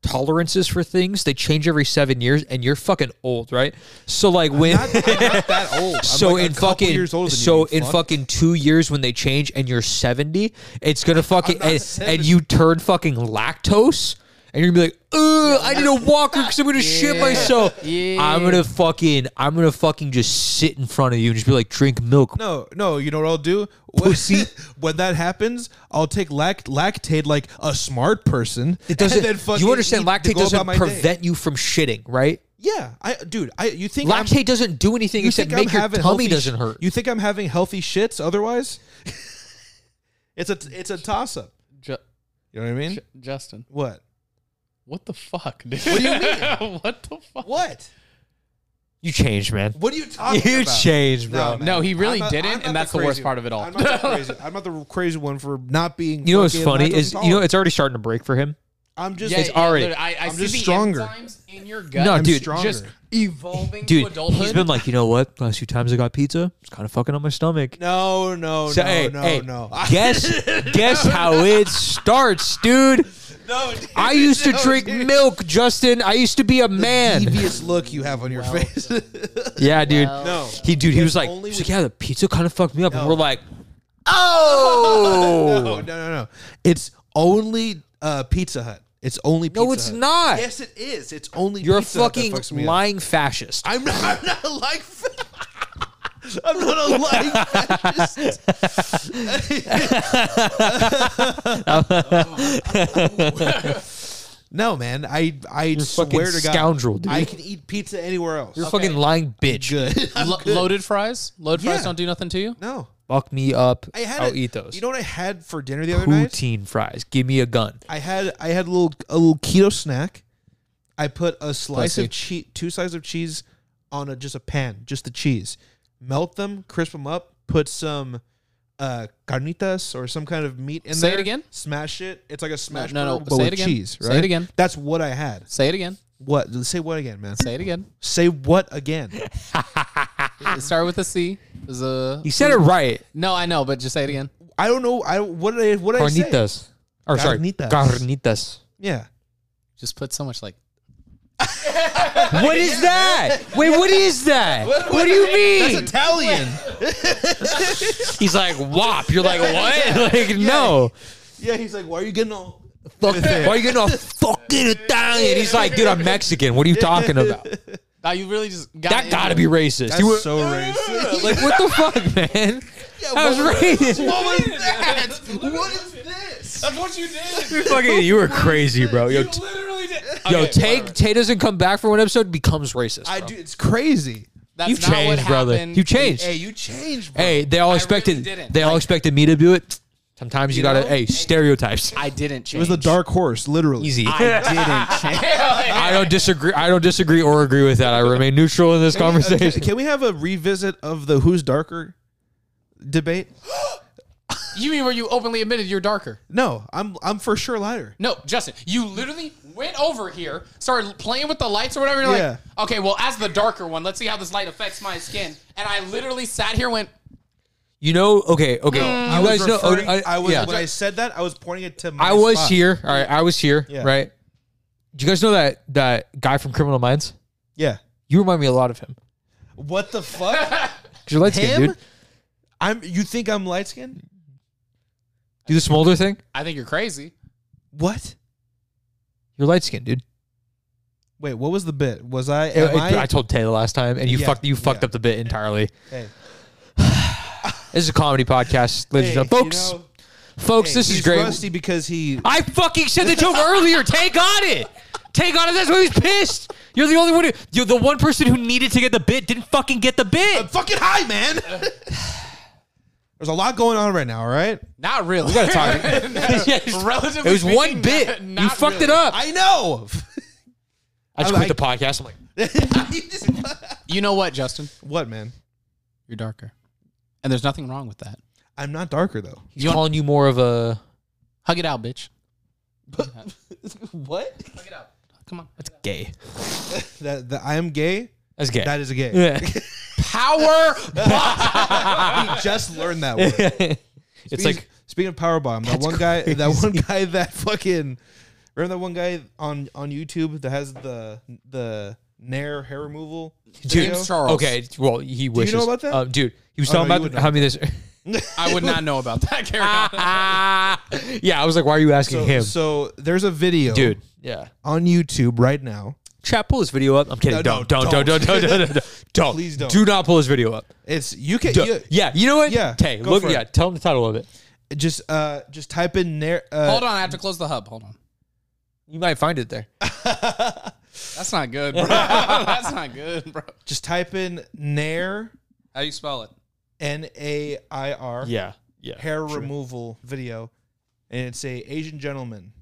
B: tolerances for things they change every seven years, and you're fucking old, right? So like when
C: Not, I'm not that old. I'm
B: so
C: like a
B: in
C: couple
B: fucking
C: years older than you,
B: so
C: you
B: in
C: fuck.
B: fucking two years when they change and you're seventy, it's gonna fucking
C: not
B: and,
C: 70.
B: and you turn fucking lactose. And you're gonna be like, ugh, I need a walker because I'm gonna shit myself.
A: Yeah.
B: I'm gonna fucking, I'm gonna fucking just sit in front of you and just be like, drink milk,
C: No, no. You know what I'll do? Pussy. when that happens, I'll take lact- lactate like a smart person.
B: It doesn't.
C: And then fucking
B: you understand?
C: eat to
B: Lactate
C: go about
B: doesn't
C: my day.
B: prevent you from shitting, right?
C: Yeah, I, dude. I you think I'm-
B: Lactate doesn't do anything
C: you
B: except
C: think I'm
B: make your
C: having
B: tummy
C: healthy sh-
B: doesn't hurt.
C: You think I'm having healthy shits? Otherwise, it's a it's a toss up.
A: Ju-
C: You know what I mean?
A: Ju- Justin,
C: What?
A: what the fuck, dude? What do you mean? what the fuck?
C: What?
B: You changed, man.
C: What are you talking
B: You
C: about?
B: changed, bro.
C: man.
A: No, he really
C: I'm not-
A: didn't,
C: I'm
A: and
C: not
A: that's the
C: crazy
A: worst
C: one.
A: part of it all.
C: I'm not, the crazy, I'm not the crazy one for not being.
B: you know what's
C: fucking
B: funny
C: lactose
B: is you know
C: intolerant.
B: it's already starting to break for him.
C: I'm just
B: it's already-
A: literally, I, I
C: I'm
A: see
C: just
A: the
C: stronger.
A: enzymes in your gut.
B: No,
C: I'm
B: dude,
C: stronger.
A: just evolving to
B: Dude,
A: adulthood.
B: he's been like, you know what? Last few times I got pizza, it's kind of fucking on my stomach.
C: no, no,
B: So,
C: no,
B: hey,
C: no,
B: hey,
C: no.
B: guess guess how it starts, dude.
C: no, dude,
B: I used to
C: no,
B: drink
C: dude.
B: milk, Justin. I used to be a man.
C: Devious look you have on your face.
B: Yeah, dude.
C: no,
B: He, dude, he was like,
C: only
B: he's
C: with-
B: like, yeah, the pizza kind of fucked me up, and
C: No.
B: we're like, oh,
C: no, no, no, no. It's only uh, Pizza Hut. It's only Pizza
B: No, it's
C: Hut.
B: not.
C: Yes, it is. It's only
B: You're
C: Pizza
B: a
C: Hut that
B: fucking
C: fucks me up.
B: lying fascist.
C: I'm not. I'm not a like. I'm not a like fascist. no, man. I I
B: fucking
C: swear to God,
B: scoundrel, dude.
C: I can eat pizza anywhere else.
B: You're a fucking lying bitch.
C: good.
A: Lo- loaded fries. Loaded
C: Yeah.
A: fries don't do nothing to you.
C: No,
B: Fuck me up.
C: I had.
B: I'll
C: it-
B: eat those.
C: You know what I had for dinner the other night?
B: Poutine fries. Give me a gun.
C: I had I had a little a little keto snack. I put a slice
B: Pussy.
C: of cheese, two slices of cheese, on a just a pan, just the cheese. Melt them, crisp them up. Put some uh, carnitas or some kind of meat in
A: Say it
C: there.
A: again?
C: Smash it. It's like a smash
A: no, no,
C: burger, but
A: say it
C: with
A: again.
C: cheese.
A: Say it
C: Right?
A: again.
C: That's what I had.
A: Say it again.
C: What? Say what again, man?
A: Say it again.
C: Say what again?
A: It started with a C. It was a
B: You said it right.
A: no. I know, but just say it again.
C: I don't know. I don't- what did I what did I say?
B: Carnitas. Or sorry,
C: Carnitas.
B: carnitas.
C: Yeah.
A: Just put so much like.
B: What is that? Wait, what is that? What do you mean?
C: Italian.
B: He's like, wop. You're like, what? Like, no.
C: yeah, he's like, why are you getting all?
B: Fuck that. Why are you getting all fucking Italian? He's like, dude, I'm Mexican. What are you talking about?
A: Now you really just got
B: That
A: into
B: gotta
A: it.
B: be racist. You were,
C: That's so racist.
B: like, what the fuck, man? I was racist.
C: What was that? What is this?
D: That's what you did.
B: You fucking, you were crazy, bro. Yo, t-
D: Literally did.
B: yo,
D: Okay,
B: Tay,
D: whatever.
B: Tay doesn't come back for one episode, becomes racist.
C: I
B: bro.
C: do. It's crazy.
A: That's
B: You've
A: not what
B: changed, brother.
A: happened.
B: You've changed.
C: Hey, you changed. Bro.
B: Hey, they all expected
A: didn't.
B: they all expected me to do it. Sometimes you, gotta
A: know?
B: hey stereotypes.
A: I didn't change.
C: it was the dark horse, literally.
B: Easy.
A: I didn't change.
B: I don't disagree. I don't disagree or agree with that. I remain neutral in this
C: Okay,
B: conversation.
C: can we have a revisit of the who's darker debate?
D: You mean where you openly admitted you're darker?
C: No, I'm I'm for sure lighter.
D: No, Justin, you literally went over here, started playing with the lights or whatever. You're
C: Yeah.
D: like, okay, well, as the darker one, let's see how this light affects my skin. And I literally sat here, and went,
B: You know, okay, okay.
C: I
B: you
C: was
B: guys know. oh,
C: referring-
B: I,
C: I was
B: yeah.
C: when I said that I was pointing it to. My
B: I was
C: spot.
B: here. All right, I was here.
C: Yeah.
B: Right. Do you guys know that that guy from Criminal Minds?
C: Yeah.
B: You remind me a lot of him.
C: What the fuck?
B: 'Cause You're light skinned,
C: Him?
B: dude.
C: I'm. You think I'm light skinned?
B: Do the smolder thing.
D: I think you're crazy.
C: What?
B: You're light skinned, dude.
C: Wait, what was the bit? Was I?
B: I,
C: Am I,
B: I told Tay the last time, and you
C: Yeah,
B: fucked you fucked
C: yeah.
B: up the bit entirely.
C: hey,
B: This is a comedy podcast, ladies
C: hey,
B: and gentlemen. folks.
C: you know,
B: folks,
C: hey,
B: this is
C: he's
B: great.
C: Rusty because he.
B: I fucking said the joke earlier. Tay got it. Tay got it. That's why he's pissed. You're the only one. Who, you're the one person who needed to get the bit. Didn't fucking get the bit.
C: fucking high, man. There's a lot going on right now. All right.
D: Not really. We
B: gotta talk.
D: Relatively
B: it was one
D: speaking,
B: bit.
D: not-
B: you
D: not
B: fucked it
D: really.
B: up. I,
C: I know.
B: just
C: I
B: quit the podcast. I'm like,
D: You know what, Justin?
C: what, man?
A: You're darker, and there's nothing wrong with that.
C: I'm not darker though.
B: he's calling you more of a.
A: Hug it out, bitch.
C: What?
A: Come on.
B: That's gay.
C: That, that I am gay.
B: That's gay.
C: That is a gay.
B: yeah.
D: Power.
C: I just learned that word.
B: it's
C: Speaking-
B: like
C: speaking of powerbomb, that one guy, that one guy, that fucking remember that one guy on on YouTube that has the the Nair hair removal. video?
D: James Charles.
B: okay. Well, he wishes.
C: know about that?
B: Um, dude, he was
C: Oh,
B: talking
C: no, you
B: about
C: would
B: how many this.
D: I would not know about that. Carry
B: Ah.
D: on.
B: yeah, I was like, why are you asking
C: So,
B: him,
C: so there's a video,
B: dude? Yeah.
C: on YouTube right now.
B: Chat, pull this video up. I'm kidding.
C: No,
B: don't,
C: no,
B: don't, don't, don't,
C: don't.
B: don't, don't, don't, don't, don't.
C: Please don't.
B: Do not pull this video up.
C: It's you can
B: Do-
C: you,
B: yeah, you know what?
C: Yeah,
B: Tay,
C: go
B: look.
C: for it.
B: Yeah, tell him the title of it.
C: just uh just type in Nair. Uh,
A: Hold on. I have to close the hub. Hold on.
B: You might find it there.
A: That's not good, bro. That's not good, bro.
C: Just type in Nair
A: How do you spell it?
C: N A I R
B: Yeah, yeah.
C: hair removal video, and it's a Asian gentleman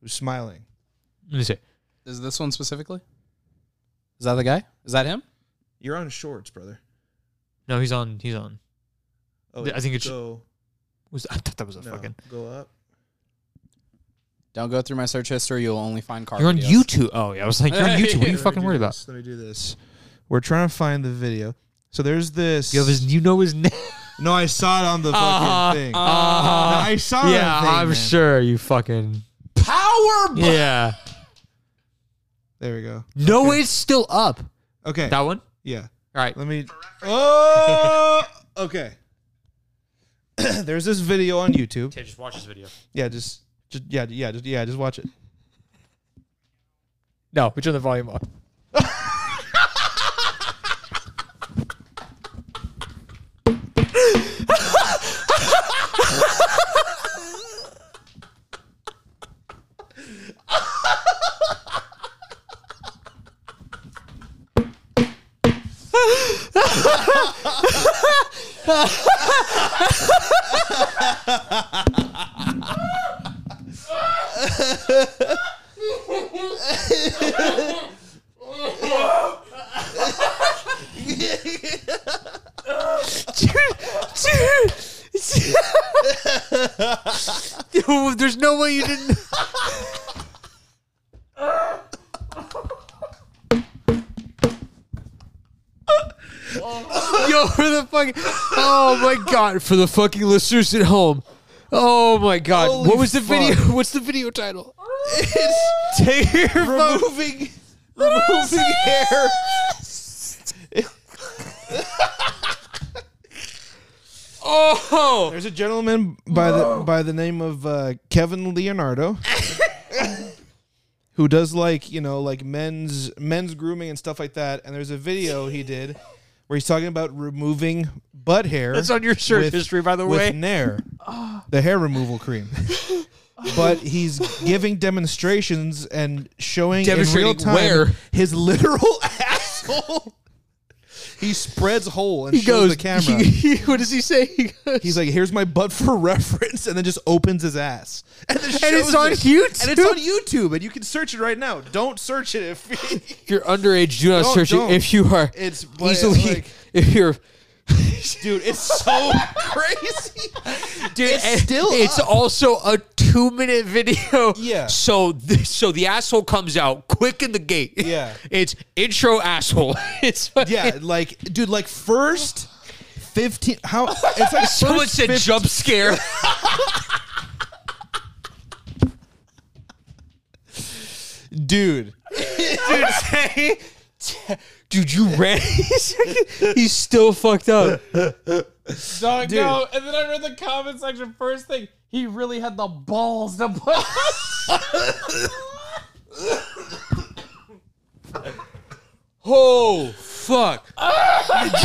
C: who's smiling.
B: Let me see.
A: Is this one specifically? Is that the guy? Is that him?
C: You're on shorts, brother.
B: No, he's on. He's on.
C: Oh,
B: I think it should-
C: go
B: Was I thought that was a
C: no,
B: fucking.
C: go up.
A: Don't go through my search history. You'll only find car.
B: You're on
A: videos.
B: YouTube. Oh yeah, I was like, you're on YouTube. What are
A: Let
B: you
A: me
C: Let me
B: fucking
C: do
B: worried about?
C: this. Let me do this. We're trying to find the video. So there's this.
B: You have his. You know his name.
C: no, I saw it on the fucking
B: Uh-huh,
C: thing.
B: uh-huh.
C: I saw it.
B: yeah, I'm sure you fucking.
D: Power.
B: Yeah.
C: There we go.
B: No, it's still up.
C: Okay.
B: That one.
C: yeah.
B: All right.
C: Let me. Oh. Okay. there's this video on YouTube.
B: Tay, just watch this video.
C: Yeah. Just. Just, yeah, yeah, just, yeah, just watch it.
B: No, we turn the volume up. Dude, there's no way you didn't. Yo, for the fucking. Oh my god, for the fucking listeners at home. Oh my god,
C: Holy
B: what was the
C: fuck.
B: video? What's the video title? It's tear
C: Removing removing hair.
B: Oh, Oh!
C: There's a gentleman by the by the name of uh, Kevin Leonardo, who does like you know like men's men's grooming and stuff like that. And there's a video he did where he's talking about removing butt hair.
B: that's on your search
C: with-
B: history, by the
C: with
B: way. Ah.
C: Nair, the hair removal cream. But he's giving demonstrations and showing in real
B: Demonstrating
C: time
B: where?
C: his literal asshole. He spreads whole and
B: He
C: shows
B: goes.
C: the camera.
B: he- he- what does he say? He goes,
C: He's like, "Here's my butt for reference," and then just opens his ass, and, then
B: and it's
C: shows
B: on
C: it.
B: YouTube.
C: and it's on YouTube, and you can search it right now. Don't search it if
B: If you're underage, do not
C: Don't-
B: search
C: don't.
B: it. If you are
C: it's but it's
B: easily,
C: like-
B: if you're
C: dude, it's so crazy.
B: Dude,
C: It's
B: and
C: still
B: It's
C: up.
B: also a two minute video.
C: Yeah.
B: So th- so the asshole comes out quick in the gate.
C: Yeah.
B: It's intro asshole. It's fucking-
C: Yeah, like, dude, like first fifteen. How it's like
B: Someone
C: first
B: said
C: 15
B: jump scare.
C: dude.
B: Dude, say- Dude, you ran. He's still fucked up.
D: Dog, no. And then I read the comment section first thing. He really had the balls to put.
B: Oh fuck,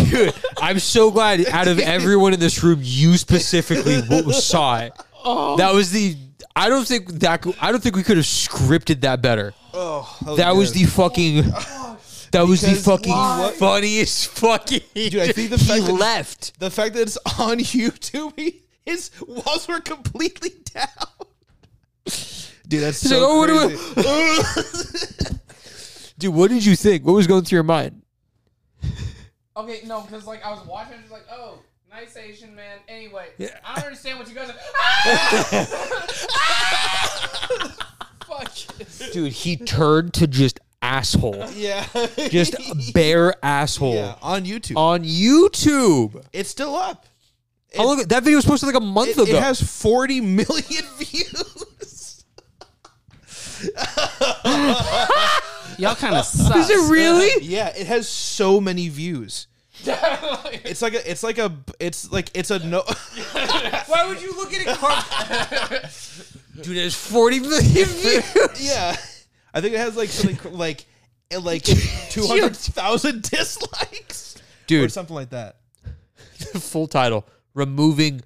B: dude! I'm so glad out of everyone in this room, you specifically w- saw it.
D: Oh.
B: That was the. I don't think that. could- I don't think we could have scripted that better.
C: Oh,
B: That was the fucking. That was the
C: Because
B: fucking
C: why?
B: funniest fucking.
C: Dude, I think the
B: he
C: fact that-
B: left.
C: the fact that it's on YouTube. He, his walls were completely down. Dude, that's
B: like,
C: so
B: "Oh, what do we-
C: crazy.
B: Dude, what did you think? What was going through your mind?
D: okay, no, because like I was watching, I was like, oh, nice Asian man. Anyway, I don't understand what you guys are. Fuck.
B: Dude, he turned to just asshole,
C: yeah,
B: just bare asshole
C: yeah, on YouTube.
B: on YouTube.
C: It's still up.
B: How long, that video was posted like a month
C: It,
B: ago.
C: it has 40 million views.
A: Y'all kind of suck.
B: Is it really?
C: yeah, it has so many views. It's like a, it's like a, it's like it's a no.
B: Why would you look at it? Dude, it has 40 million views.
C: yeah, I think it has like something cr- like eh, like 200,000 dislikes or
B: Dude,
C: something like that.
B: full title: Removing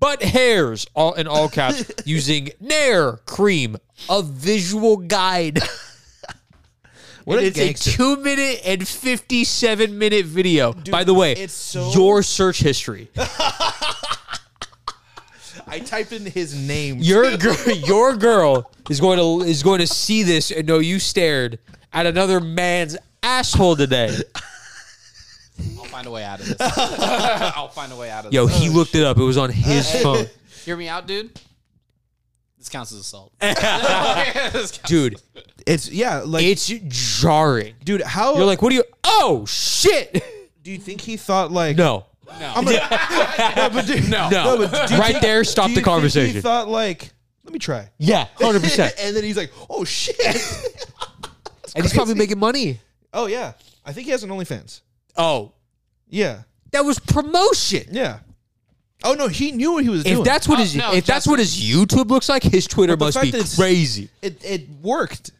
B: butt hairs, all in all caps, using Nair cream, a visual guide.
C: What
B: it's a two-minute and fifty-seven-minute video. By the way,
C: it's so-
B: your search history.
C: I typed in his name.
B: Your girl, your girl is going to is going to see this and know you stared at another man's asshole today.
A: I'll find a way out of this. I'll find a way out of
B: Yo,
A: this.
C: Oh,
B: he looked it up. It was on his phone.
A: Hear me out, dude. This counts as assault.
B: Dude,
C: It's yeah, like
B: it's jarring.
C: dude, how
B: You're like, what do you? Oh shit!
C: do you think he thought like
B: No,
C: I'm gonna,
B: no,
C: No, but do you
B: right
C: think-
B: there, stop
C: do
B: the
C: you think
B: conversation.
C: he thought like let me try.
B: yeah, hundred percent.
C: and then he's like, "Oh shit!"
B: And he's probably making money.
C: oh yeah, I think he has an OnlyFans.
B: Oh,
C: Yeah,
B: that was promotion.
C: yeah. Oh no, he knew what he was
B: If
C: doing.
B: that's what
A: Oh,
B: his
A: no,
B: if that's what his YouTube looks like, his Twitter
C: But
B: must
C: the fact
B: be
C: that it's-
B: crazy.
C: it, it worked.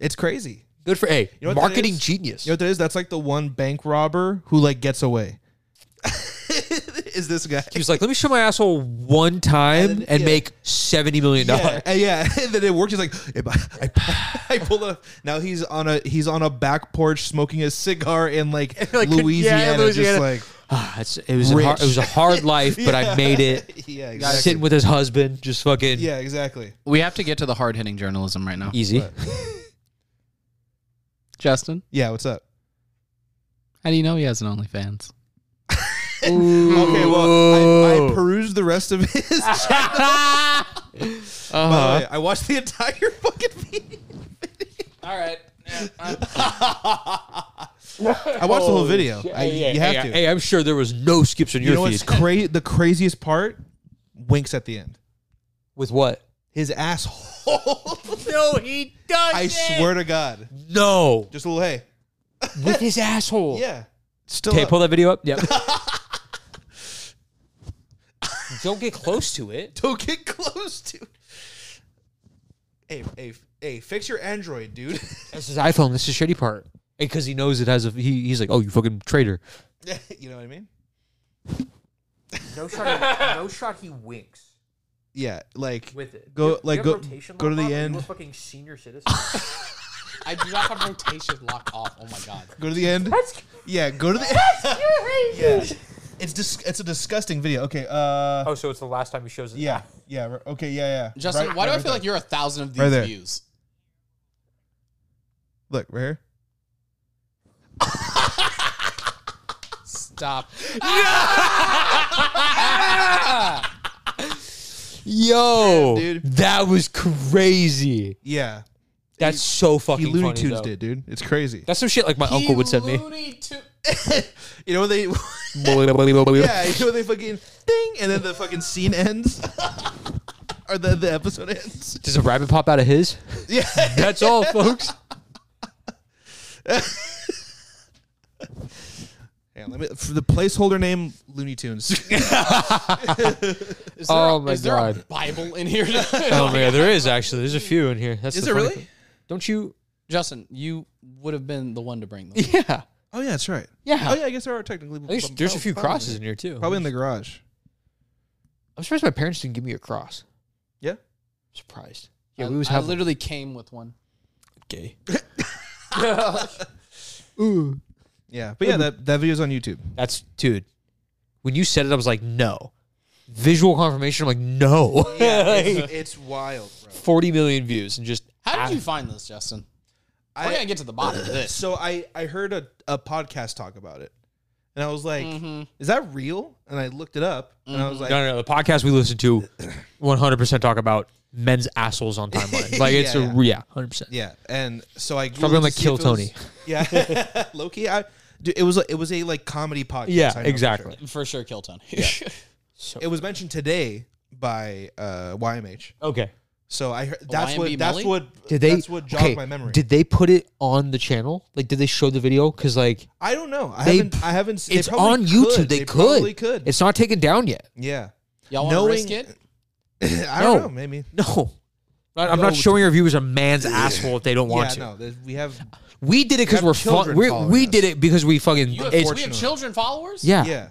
C: It's crazy.
B: Good for a
C: know what that
B: marketing
C: is?
B: genius.
C: You know what that is? That's like the one bank robber who like gets away. is this guy?
B: he was like, let me show my asshole one time and,
C: And- yeah.
B: make seventy million
C: Yeah,
B: dollars.
C: and yeah. And then it worked. He's like, "If I, I, I pulled up. Now he's on a he's on a back porch smoking a cigar in like,
B: Like, yeah,
C: Louisiana,
B: Louisiana.
C: just like
B: Ah, it's- it was a hard, it was a hard life, but I made it.
C: yeah,
B: Sitting
C: exactly.
B: with his husband, just fucking
C: Yeah, exactly.
A: We have to get to the hard hitting journalism right now.
B: easy.
A: Justin,
C: Yeah, what's up?
A: how do you know he has an OnlyFans?
C: Okay, well, I, I perused the rest of his. By the way, I watched the entire fucking video.
D: All right. Yeah, I'm-
C: I watched the whole video. I, you have
B: hey,
C: to.
B: hey, I'm sure there was no skips on
C: you
B: your
C: know what's
B: feed.
C: cra- the craziest part? Winks at the end.
B: With what?
C: his asshole.
B: No, he does.
C: I swear to God.
B: No,
C: Just a little hey.
B: with his asshole.
C: Yeah. Still
B: Okay,
C: up.
B: pull that video up. Yep. Don't get close to it.
C: Don't get close to. Hey, hey, hey! Fix your Android, dude.
B: This is iPhone. This is shitty part. Because he knows it has a. He, he's like, oh, you fucking traitor.
C: you know what I mean?
B: No shot. no shot. He winks
C: Yeah, like
B: with it.
C: Go- You have- like, you have go- rotation go to lock the off? Are you end. a
B: fucking senior citizen.
A: I do not have rotation lock off. Oh my god.
C: go to the end. yeah, go to the. yeah, it's dis- It's a disgusting video. Okay. Uh.
B: oh, so it's the last time he shows it.
C: Yeah. Yeah. r- Okay. Yeah. Yeah.
A: Justin,
C: Right-
A: why do
C: right
A: I feel
C: there.
A: like you're a thousand of these
C: Right there.
A: views?
C: Look right here.
A: Stop.
B: Yo,
C: Yeah, dude.
B: that was crazy.
C: Yeah.
B: That's so fucking
C: He Looney
B: funny,
C: Tunes
B: though.
C: did, dude. It's crazy.
B: That's some shit like my uncle would send me.
A: Looney Tunes-
C: you know when they. yeah. You know when they fucking ding, and then the fucking scene ends, or the the episode ends.
B: Does a rabbit pop out of his?
C: Yeah.
B: That's all, folks.
C: Hang on, let me. For the placeholder name, Looney Tunes.
A: Is there,
B: Oh
A: a,
B: my
A: is there a
B: God.
A: Bible in here?
B: Oh man, there is actually. There's a few in here. That's
C: Is
B: the
C: it
B: funny
C: really?
B: thing. Don't you?
A: Justin, you would have been the one to bring them.
B: Yeah.
C: Oh yeah, that's right.
B: Yeah.
C: Oh yeah, I guess there are technically.
B: There's,
C: prob-
B: there's a few
C: probably.
B: crosses in here too.
C: Probably in the garage.
B: I'm surprised my parents didn't give me a cross.
C: Yeah.
B: Surprised.
A: I,
B: Yeah, we was
A: I
B: having
A: literally came with one.
B: gay.
C: Yeah, but yeah, that that video's on YouTube.
B: That's dude. When you said it, I was like, no. Visual confirmation. I'm like, no.
C: it's wild, bro.
B: 40 million views and just
A: How did you find this, Justin? We're
C: I-
A: gonna get to the bottom of this.
C: So I I heard a, a podcast talk about it, and I was like, "Is that real?" And I looked it up, and I was like,
B: No, no, no. The podcast we listen to 100% talk about men's assholes on timeline. Like, it's
C: Yeah,
B: a, yeah, 100%.
C: "Yeah." And so I
B: Probably on,
C: Googled to
B: like,
C: see if
B: Kill
C: it was-
B: Tony.
C: Yeah, Loki. I dude, it was a, it was a like comedy podcast.
B: Yeah,
C: I know for
B: exactly.
C: sure.
A: For sure, Kilton.
C: It was mentioned today by uh, YMH.
B: Okay.
C: So I heard that's
A: YMB
C: what that's
A: Melly?
C: what
B: Did they?
C: that's what jogged
B: okay,
C: my memory.
B: Did they put it on the channel? Like, did they show the video? Because like,
C: I don't know. I
B: They-
C: haven't. I haven't. s- they
B: it's
C: probably
B: on
C: could.
B: YouTube. They, could.
C: Probably could.
B: It's not taken down yet.
C: yeah.
A: Y'all want to
C: Knowing-
A: risk it?
C: I don't
B: No.
C: know. Maybe.
B: No. I'm not showing our viewers a man's asshole if they don't want
C: yeah.
B: to.
C: No. there's- We have.
B: We did it because
C: Have
B: we're
C: children
B: fun. We
C: follow
B: we
C: us.
B: did it because we fucking.
A: You have, we
B: it's,
A: have children followers?
B: yeah, yeah,
C: Yeah.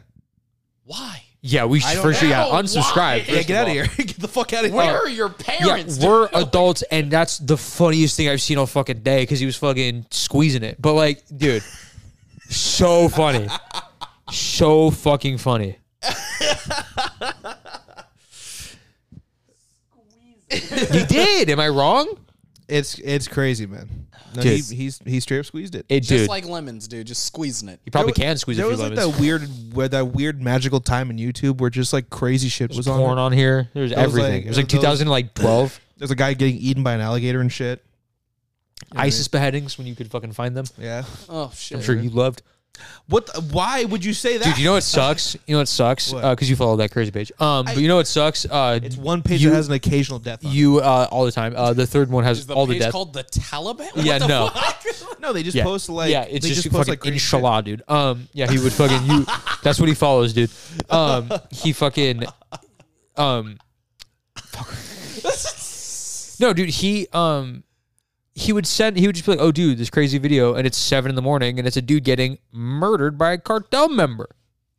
A: Why?
B: We
C: I don't
B: for sure. Yeah,
A: know why.
B: unsubscribe.
C: Yeah. Get out of here. Get the fuck out of
A: Where
C: here.
A: are your
B: Yeah,
A: parents?
B: we're adults, and that's the funniest thing I've seen all fucking day because he was fucking squeezing it. But like, dude, so funny, so fucking funny. he did. Am I wrong?
C: It's it's crazy, man. No, he,
B: Dude.
C: he's he straight up squeezed it.
B: It
A: Just
B: dude.
A: like lemons, dude. Just squeezing it.
B: he probably
C: There wa-
B: can squeeze a few
C: There was like
B: lemons.
C: that weird where that weird magical time in YouTube where just like crazy shit was
B: There's
C: on.
B: porn
C: it.
B: on here. There's
C: was
B: everything.
C: like-
B: it was
C: that
B: like
C: was- that was-
B: 2012.
C: There's a guy getting eaten by an alligator and shit.
B: ISIS beheadings when you could fucking find them.
C: Yeah.
A: Oh shit.
B: I'm sure you loved.
C: What? The, why would you say that?
B: Dude, you know what sucks? You know what sucks?
C: What?
B: Because you follow that crazy page. Um, but you know what sucks? Uh,
C: it's one page
B: you,
C: that has an occasional death. On
B: you uh, all the time. Uh, the third one has
A: Is the
B: all the
A: page
B: death.
A: called the Taliban? What
B: yeah,
A: the
B: no.
C: it. No, they just
B: Yeah.
C: post like
B: yeah, it's
C: they
B: just,
C: just post
B: fucking
C: like crazy shit.
B: inshallah, dude. Um, yeah, he would fucking you. That's what he follows, dude. Um, he fucking, um, fuck. no, dude. He um, he would send. He would just be like, "Oh, dude, this crazy video," and it's seven in the morning, and it's a dude getting murdered by a cartel member.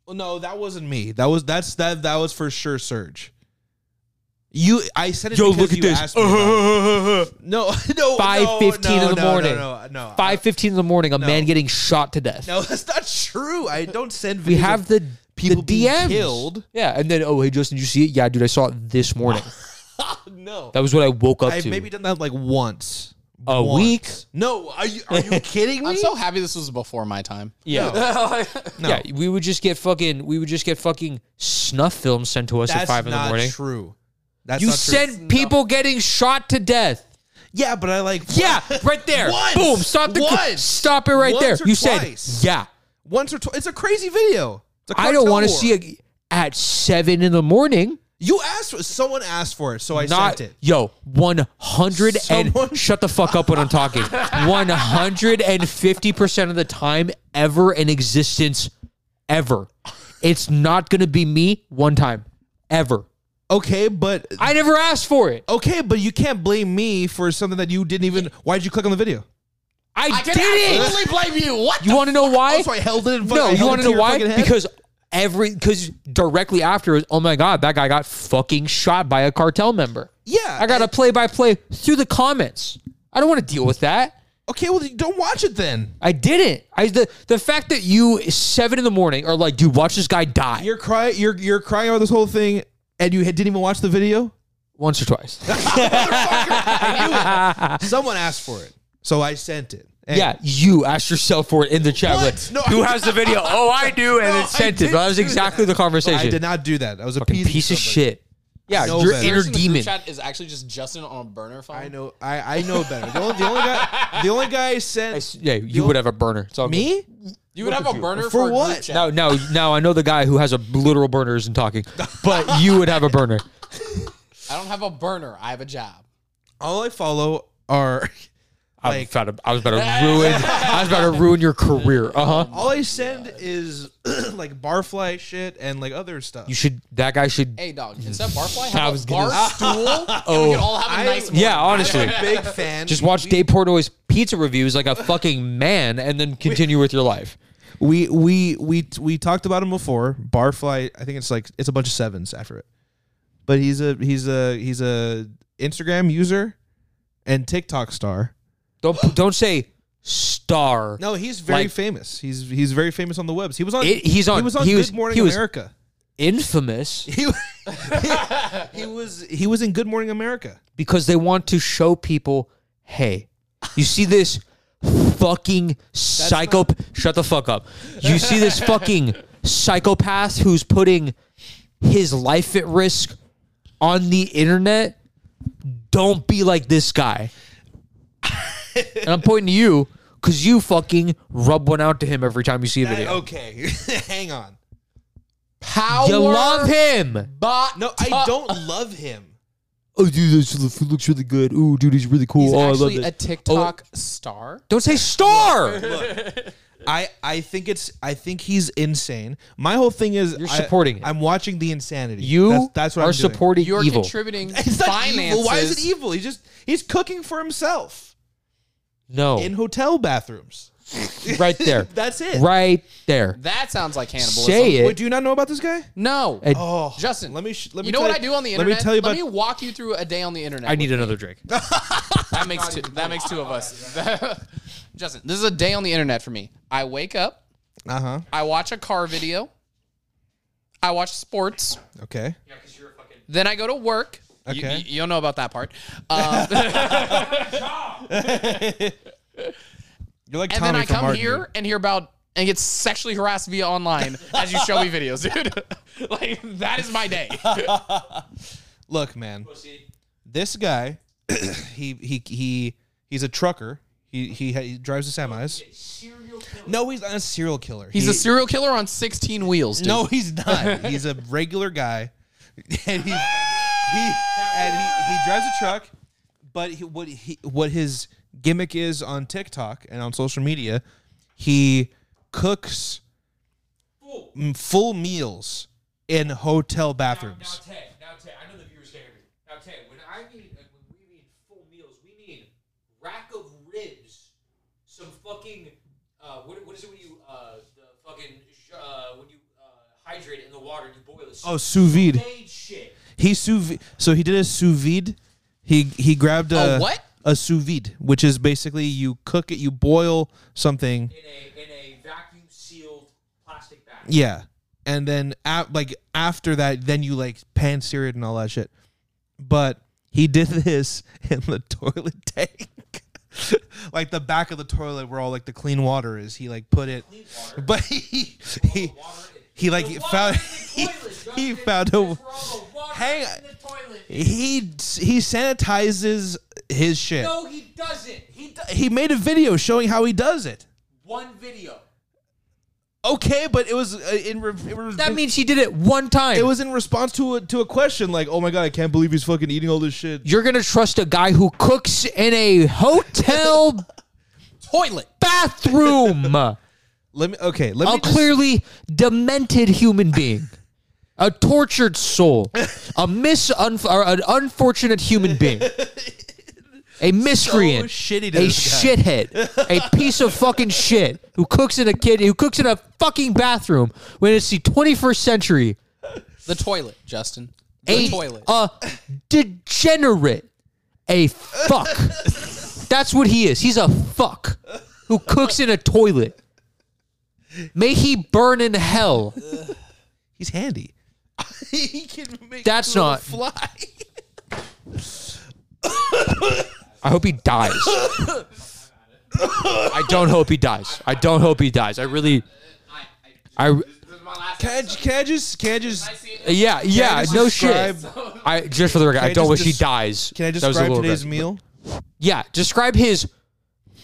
C: Well, no, that wasn't me. That was that's that that was for sure Surge. You, I said it. because you Asked me about it. no, no,
B: Five
C: no,
B: fifteen
C: no,
B: in the
C: no,
B: morning.
C: No, no, no,
B: Five fifteen in the morning, a man getting shot to death.
C: No, that's not true. I don't send.
B: we
C: videos
B: have
C: of
B: the
C: people
B: the
C: being
B: DMs.
C: killed.
B: Yeah, and then oh hey Justin, did you see it? Yeah, dude, I saw it this morning.
C: No,
B: That was what I woke up
C: I've
B: to.
C: maybe done that like once.
B: A
C: Once.
B: week?
C: No, are you are you kidding me?
A: I'm so happy this was before my time.
B: yeah. Yeah, we would just get fucking we would just get fucking snuff films sent to us
C: that's
B: at five in the
C: not
B: morning.
C: true. That's
B: You
C: not true.
B: send people getting shot to death.
C: yeah, but I like
B: Yeah, right there.
C: Once.
B: Boom. Stop the
C: Once.
B: stop it right
C: Once
B: there.
C: or
B: You
C: twice.
B: said yeah.
C: once or twice. It's a crazy video. It's a
B: I don't
C: cartel
B: want to
C: war.
B: see a at seven in the morning.
C: You asked for someone asked for it, so I
B: Not
C: sent it.
B: yo, one hundred and
C: Someone-
B: shut the fuck up when I'm talking. One hundred and fifty percent of the time ever in existence, ever, it's not gonna be me one time ever.
C: Okay, but
B: I never asked for it.
C: okay, but you can't blame me for something that you didn't even. Why did you click on the video?
B: I,
D: I
B: did
D: can
B: it.
D: absolutely blame you. What?
B: You want to know why?
C: Also, I held it. In
B: No, you want to know why? Because every because directly after, is, oh my god, that guy got fucking shot by a cartel member.
C: yeah,
B: I got a play by play through the comments. I don't want to deal with that.
C: Okay, well, you don't watch it then.
B: I didn't. I the the fact that you seven in the morning are like, dude, watch this guy die
C: You're crying. You're you're crying over this whole thing, and you had- didn't even watch the video.
B: once or twice.
C: Someone asked for it, so I sent it. And
B: yeah, you asked yourself for it in the chat.
C: What?
B: like,
C: No,
B: Who
C: I-
B: has the video? Oh, I do, and
C: No, I
B: it sent it.
C: didn't
B: That was
C: do
B: exactly the conversation.
C: I did not do that. I was a
B: Fucking piece of shit. Yeah,
C: know
B: your
C: better.
B: inner
A: Seriously, the group
B: demon.
A: chat is actually just Justin on a burner phone.
C: I know. I, I know better. The only, the only guy. The only guy
B: I
C: sent
B: s- yeah, you would have a burner. It's all good.
C: me.
A: You would have a burner
C: For
A: for, a group
C: what?
A: chat.
B: No, no, no. I know the guy who has a literal burner isn't talking, but you would have a burner.
A: I don't have a burner. I have a job.
C: All I follow are.
B: I, found a, I was about to ruin. I was about to ruin your career. Uh huh.
C: All I send is like barfly shit and like other stuff.
B: You should. That guy should.
A: Hey, dog. Instead of barfly,
B: I
A: have
B: was
A: a
B: gonna Oh.
A: bar stool. and we can all have a nice. morning.
B: Yeah, honestly.
C: big fan.
B: Just watch Dave Portnoy's pizza reviews like a fucking man, and then continue with your life.
C: we we we we talked about him before. Barfly, I think it's like it's a bunch of sevens after it. But he's a he's a he's a Instagram user and TikTok star.
B: Don't don't say star.
C: No, he's very
B: Like-
C: famous. He's he's very famous on the webs. He was on
B: It- he's on-
C: he was on
B: he
C: Good
B: was-
C: Morning
B: he was-
C: America.
B: Infamous
C: He, he was he was in Good Morning America.
B: because they want to show people, hey, you see this fucking psycho. shut the fuck up. You see this fucking psychopath who's putting his life at risk on the internet. Don't be like this guy. and I'm pointing to you because you fucking rub one out to him every time you see a video.
C: Okay, hang on.
A: Power.
B: You love him.
A: But
C: No, I don't love him.
B: Oh, dude, this looks really good. Oh, dude, he's really cool.
A: He's
B: oh, I love
A: actually
B: this.
A: a TikTok star.
B: Oh, Don't say star.
C: I I think it's I think he's insane. My whole thing is
B: You're
C: I-
B: supporting it.
C: I'm watching the insanity.
B: You
C: that's, that's what
B: are
C: I'm doing.
B: supporting
A: You're
B: evil.
A: contributing
C: It's not
A: finances.
C: evil. Why is it evil? He's just he's cooking for himself
B: no,
C: in hotel bathrooms.
B: right there,
C: That's it.
B: right there.
A: That sounds like cannibalism.
B: Say it.
C: Wait, do you not know about this guy?
A: No.
B: And
C: Oh,
A: Justin,
C: Let me sh- let me
A: you know
C: tell
A: what
C: you-
A: I do on the
C: let me
A: internet?
C: tell you about-
A: walk you through a day on the internet.
B: I need another drink.
A: that makes two, that makes two of us. Justin, this is a day on the internet for me. I wake up,
C: Uh huh.
A: I watch a car video, I watch sports,
C: Okay.
A: then I go to work. You-
C: Okay.
A: You, you don't know about that part. Um,
C: You're like
A: and
C: Tommy
A: then I
C: from
A: come
C: Martin.
A: here and hear about and get sexually harassed via online as you show me videos, dude. like that is my day.
C: Look, man. This guy, he he he he's a trucker. He he, he drives the semis. No, he's not a serial killer.
A: He's
C: He-
A: a serial killer on 16 wheels, dude.
C: No, he's not. he's a regular guy, and he he and he, he drives a truck. But he, what he what his gimmick is on TikTok and on social media, he cooks m- full meals in hotel bathrooms.
B: Ted, now Ted, I know the viewers can hear me. Now Ted, when I mean like, when we mean full meals, we mean rack of ribs, some fucking uh, what, what is it when you uh, the fucking uh, when you uh, hydrate it in the water and you boil it.
C: Oh, sous vide.
B: Made shit.
C: He sous vide. So he did a sous vide. He he grabbed a,
A: A what?
C: A sous vide, which is basically you cook it, you boil something.
B: in a in a vacuum sealed plastic bag.
C: Yeah, and then a like after that, then you like pan sear it and all that shit. But he did this in the toilet tank, like the back of the toilet where all like the clean water is. He like put it, but he he he like found he, he found a hang. He he sanitizes his shit.
D: No, he doesn't. He does
C: He made a video showing how he does it.
D: one video.
C: Okay, but it was uh, in. Re- it was
B: That means she did it one time.
C: it was in response to a, to a question like, "Oh my god, I can't believe he's fucking eating all this shit."
B: You're gonna trust a guy who cooks in a hotel
D: Toilet.
B: bathroom. A
C: Let me. Okay, let me. just-
B: clearly demented human being. A tortured soul, a mis or an unfortunate human being, a miscreant,
C: shitty to
B: a
C: this guy.
B: shithead, a piece of fucking shit who cooks in a kid who cooks in a fucking bathroom when it's the 21st century.
A: The toilet, Justin. The
B: a,
A: toilet.
B: a degenerate, a fuck. That's what he is. He's a fuck who cooks in a toilet. May he burn in hell.
C: he's handy. he can make
B: That's
C: a little
B: not-
C: fly.
B: I hope he dies. I don't hope he dies. I don't hope he dies. I really, I
D: This is my last
C: Can I, j- can I just? Can I just?
B: yeah yeah
C: just
B: no
C: describe-
B: shit. I just for the record,
C: Can
B: I,
C: I
B: don't wish
C: just
B: he
C: des-
B: dies.
C: Can I
B: That was a
C: describe
B: little
C: today's
B: aggressive.
C: meal?
B: Yeah, describe his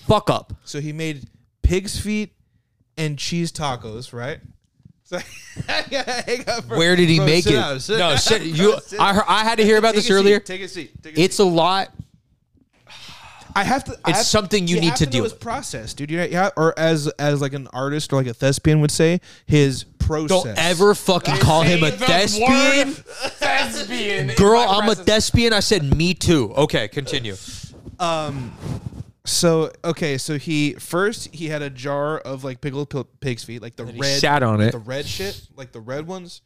B: fuck up.
C: So he made pig's feet and cheese tacos, right? So hang up for-
B: Where did he
C: bro,
B: make
C: sit
B: it?
C: down, sit
B: no,
C: down.
B: shit, you.
C: Sit
B: I,
C: down.
B: heard- I had to hear about
C: Take
B: this
C: a seat,
B: earlier.
C: Take a seat. Take a
B: It's a lot.
C: I have to. I
B: It's
C: have-
B: something you need
C: have
B: to
C: know
B: deal
C: his
B: with.
C: Process, dude. You know, yeah, or as as like an artist or like a thespian would say, his process.
B: Don't ever fucking call him a
D: The
B: thespian.
D: word Thespian. is
B: Girl,
D: my
B: I'm a
D: presence.
B: thespian. I said me too. Okay, continue.
C: So okay, so he first he had a jar of like pickled pil- pig's feet, like the
B: he
C: red.
B: sat on it.
C: The red shit, like the red ones.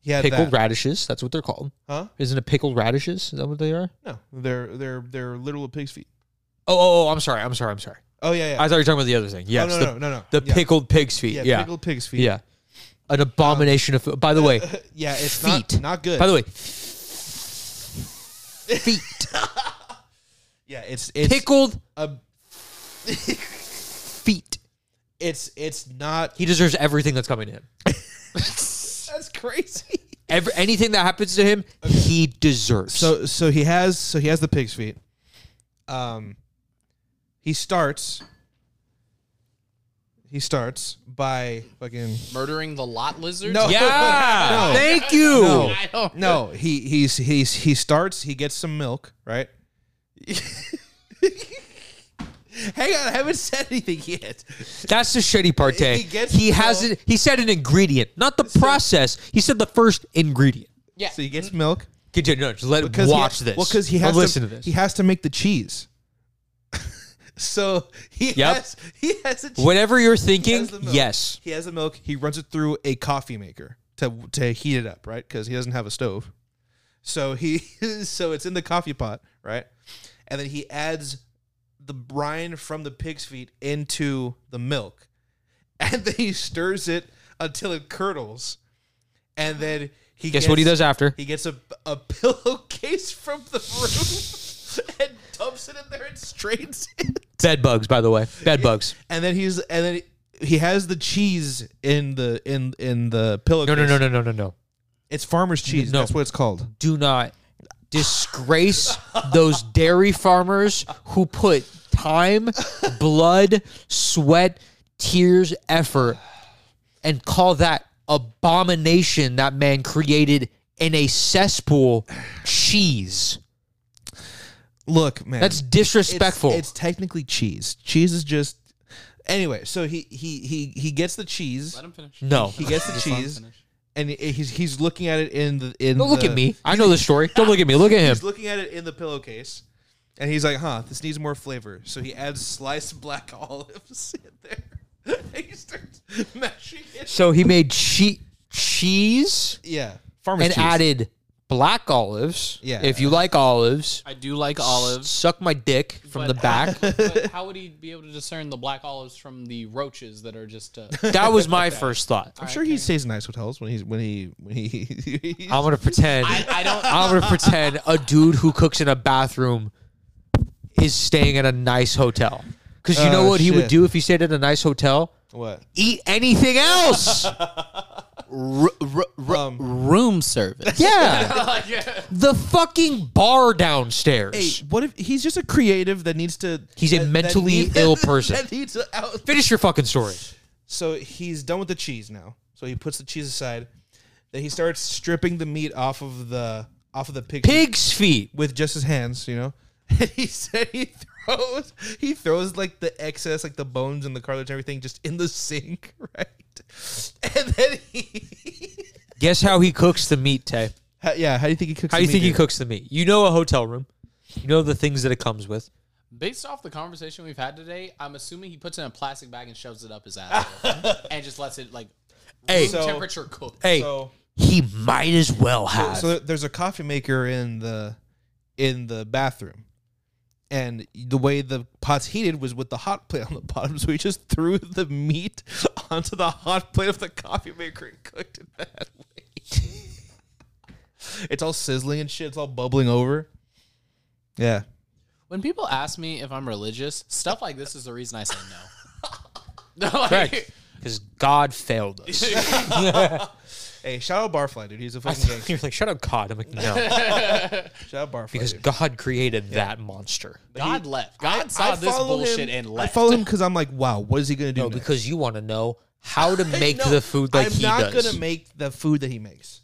C: He had
B: Pickled
C: that.
B: radishes. That's what they're called.
C: Huh?
B: Isn't it pickled radishes? Is that what they are?
C: No, they're they're they're literal pig's feet.
B: Oh, oh, oh I'm sorry. I'm sorry. I'm sorry.
C: Oh yeah, yeah.
B: I thought you were talking about the other thing. Yes.
C: no,
B: the,
C: no, no, no.
B: The
C: Yeah.
B: pickled pig's feet. Yeah. Yeah.
C: yeah, pickled pig's feet.
B: An abomination of food. By the way,
C: yeah. It's
B: feet.
C: not not good.
B: By the way, feet.
C: yeah, it's it's
B: Pickled
C: a-
B: feet.
C: it's it's not.
B: He deserves everything that's coming to him.
C: That's crazy.
B: Every, anything that happens to him, he deserves.
C: So so he has so he has the pig's feet. Um, he starts. He starts by fucking
A: Murdering the lot lizard?
C: No.
B: yeah.
C: No.
B: Thank you.
C: No.
D: I don't.
C: no. He he's he's he starts. He gets some milk. Right. Hang on, I haven't said anything yet.
B: That's the shitty part, Tay.
C: He
B: He,
C: gets milk.
B: hasn't. He said an ingredient, not the process. He said the first ingredient.
A: Yeah.
C: So he gets milk.
B: Continue. No, just let
C: because he-
B: watch this.
C: Well, because he has
B: Or listen
C: to,
B: to, this.
C: He has to make the cheese. so he
B: Yep.
C: has he has a cheese.
B: Whatever you're thinking,
C: has the milk.
B: yes.
C: He has the milk. He runs it through a coffee maker to to heat it up, right? Because he doesn't have a stove. So he so it's in the coffee pot, right? And then he adds the brine from the pig's feet into the milk, and then he stirs it until it curdles, and then he
B: Guess what he
C: gets-
B: does after?
C: he gets a, a pillowcase from the room and dumps it in there and strains it.
B: Bed bugs, by the way. Bed bugs.
C: And then he's and then he has the cheese in the in in the
B: No,
C: pillowcase.
B: no, no, no, no, no, no.
C: It's farmer's cheese.
B: No.
C: That's what it's called.
B: Do not disgrace those dairy farmers who put time, blood, sweat, tears, effort, and call that abomination that man created in a cesspool cheese.
C: Look, man.
B: That's disrespectful.
C: It's, it's technically cheese. Cheese is just anyway. So he he he he gets the cheese.
A: Let him finish.
B: no.
C: He gets the
A: Just let him
C: cheese,
A: finish.
C: and he- he's he's looking at it in the in.
B: Don't look
C: the-
B: at me. I know the story. Don't look at me. Look at him.
C: He's looking at it in the pillowcase, and he's like, "Huh, this needs more flavor." So he adds sliced black olives in there. and he starts mashing it.
B: So he made che- cheese
C: Yeah, farmer's
B: and added black olives.
C: Yeah.
B: If you like olives,
A: I do like olives.
B: suck my dick from
A: But-
B: the back.
A: but how would he be able to discern the black olives from the roaches that are just uh,
B: that was my first thought.
C: I'm sure he stays in nice hotels when he's when he when he.
B: I'm gonna pretend.
D: I, I don't.
B: I'm gonna pretend a dude who cooks in a bathroom is staying at a nice hotel. Because you know
C: Oh,
B: what he
C: shit.
B: would do if he stayed at a nice hotel?
C: what?
B: Eat anything else.
C: um,
A: room service?
B: yeah.
D: like, yeah.
B: The fucking bar downstairs.
C: hey, what if he's just a creative that needs to?
B: He's a
C: that- that
B: mentally
C: need-
B: ill person.
C: that needs to out.
B: Finish your fucking story.
C: So he's done with the cheese now. So he puts the cheese aside. Then he starts stripping the meat off of the off of the pig
B: Pig's feet.
C: with just his hands, you know. And he said he throws he throws like the excess, like the bones and the cartilage and everything, just in the sink, right? And then he,
B: Guess how he cooks the meat, Tay.
C: how, yeah. How do you think he cooks?
B: How
C: the
B: do you
C: meat,
B: think he
C: dude?
B: cooks the meat? You know a hotel room. You know the things that it comes with.
D: Based off the conversation we've had today, I'm assuming he puts it in a plastic bag and shoves it up his ass and just lets it like
B: Hey,
D: room
C: So-
D: temperature cook.
B: hey,
C: So,
B: he might as well have.
C: so there's a coffee maker in the in the bathroom, and the way the pot's heated was with the hot plate on the bottom. So he just threw the meat onto the hot plate of the coffee maker and cooked it that way. it's all sizzling and shit. It's all bubbling over. Yeah.
D: When people ask me if I'm religious, stuff like this is the reason I say no. Like-
B: Correct. Because God failed us.
C: Hey, shout out Barfly, dude. He's a fucking gangster.
B: You're like, shut up, God. I'm like, no.
C: Shout out Barfly.
B: Because
C: dude.
B: God created that monster.
D: God left. God saw
C: I
D: this
C: follow
D: bullshit
C: him-
D: and left.
C: I follow him because I'm like, wow, what is he gonna do?
B: No,
C: next?
B: because you want to know how to make
C: No,
B: the food like
C: I'm
B: he
C: not
B: does.
C: gonna make the food that he makes.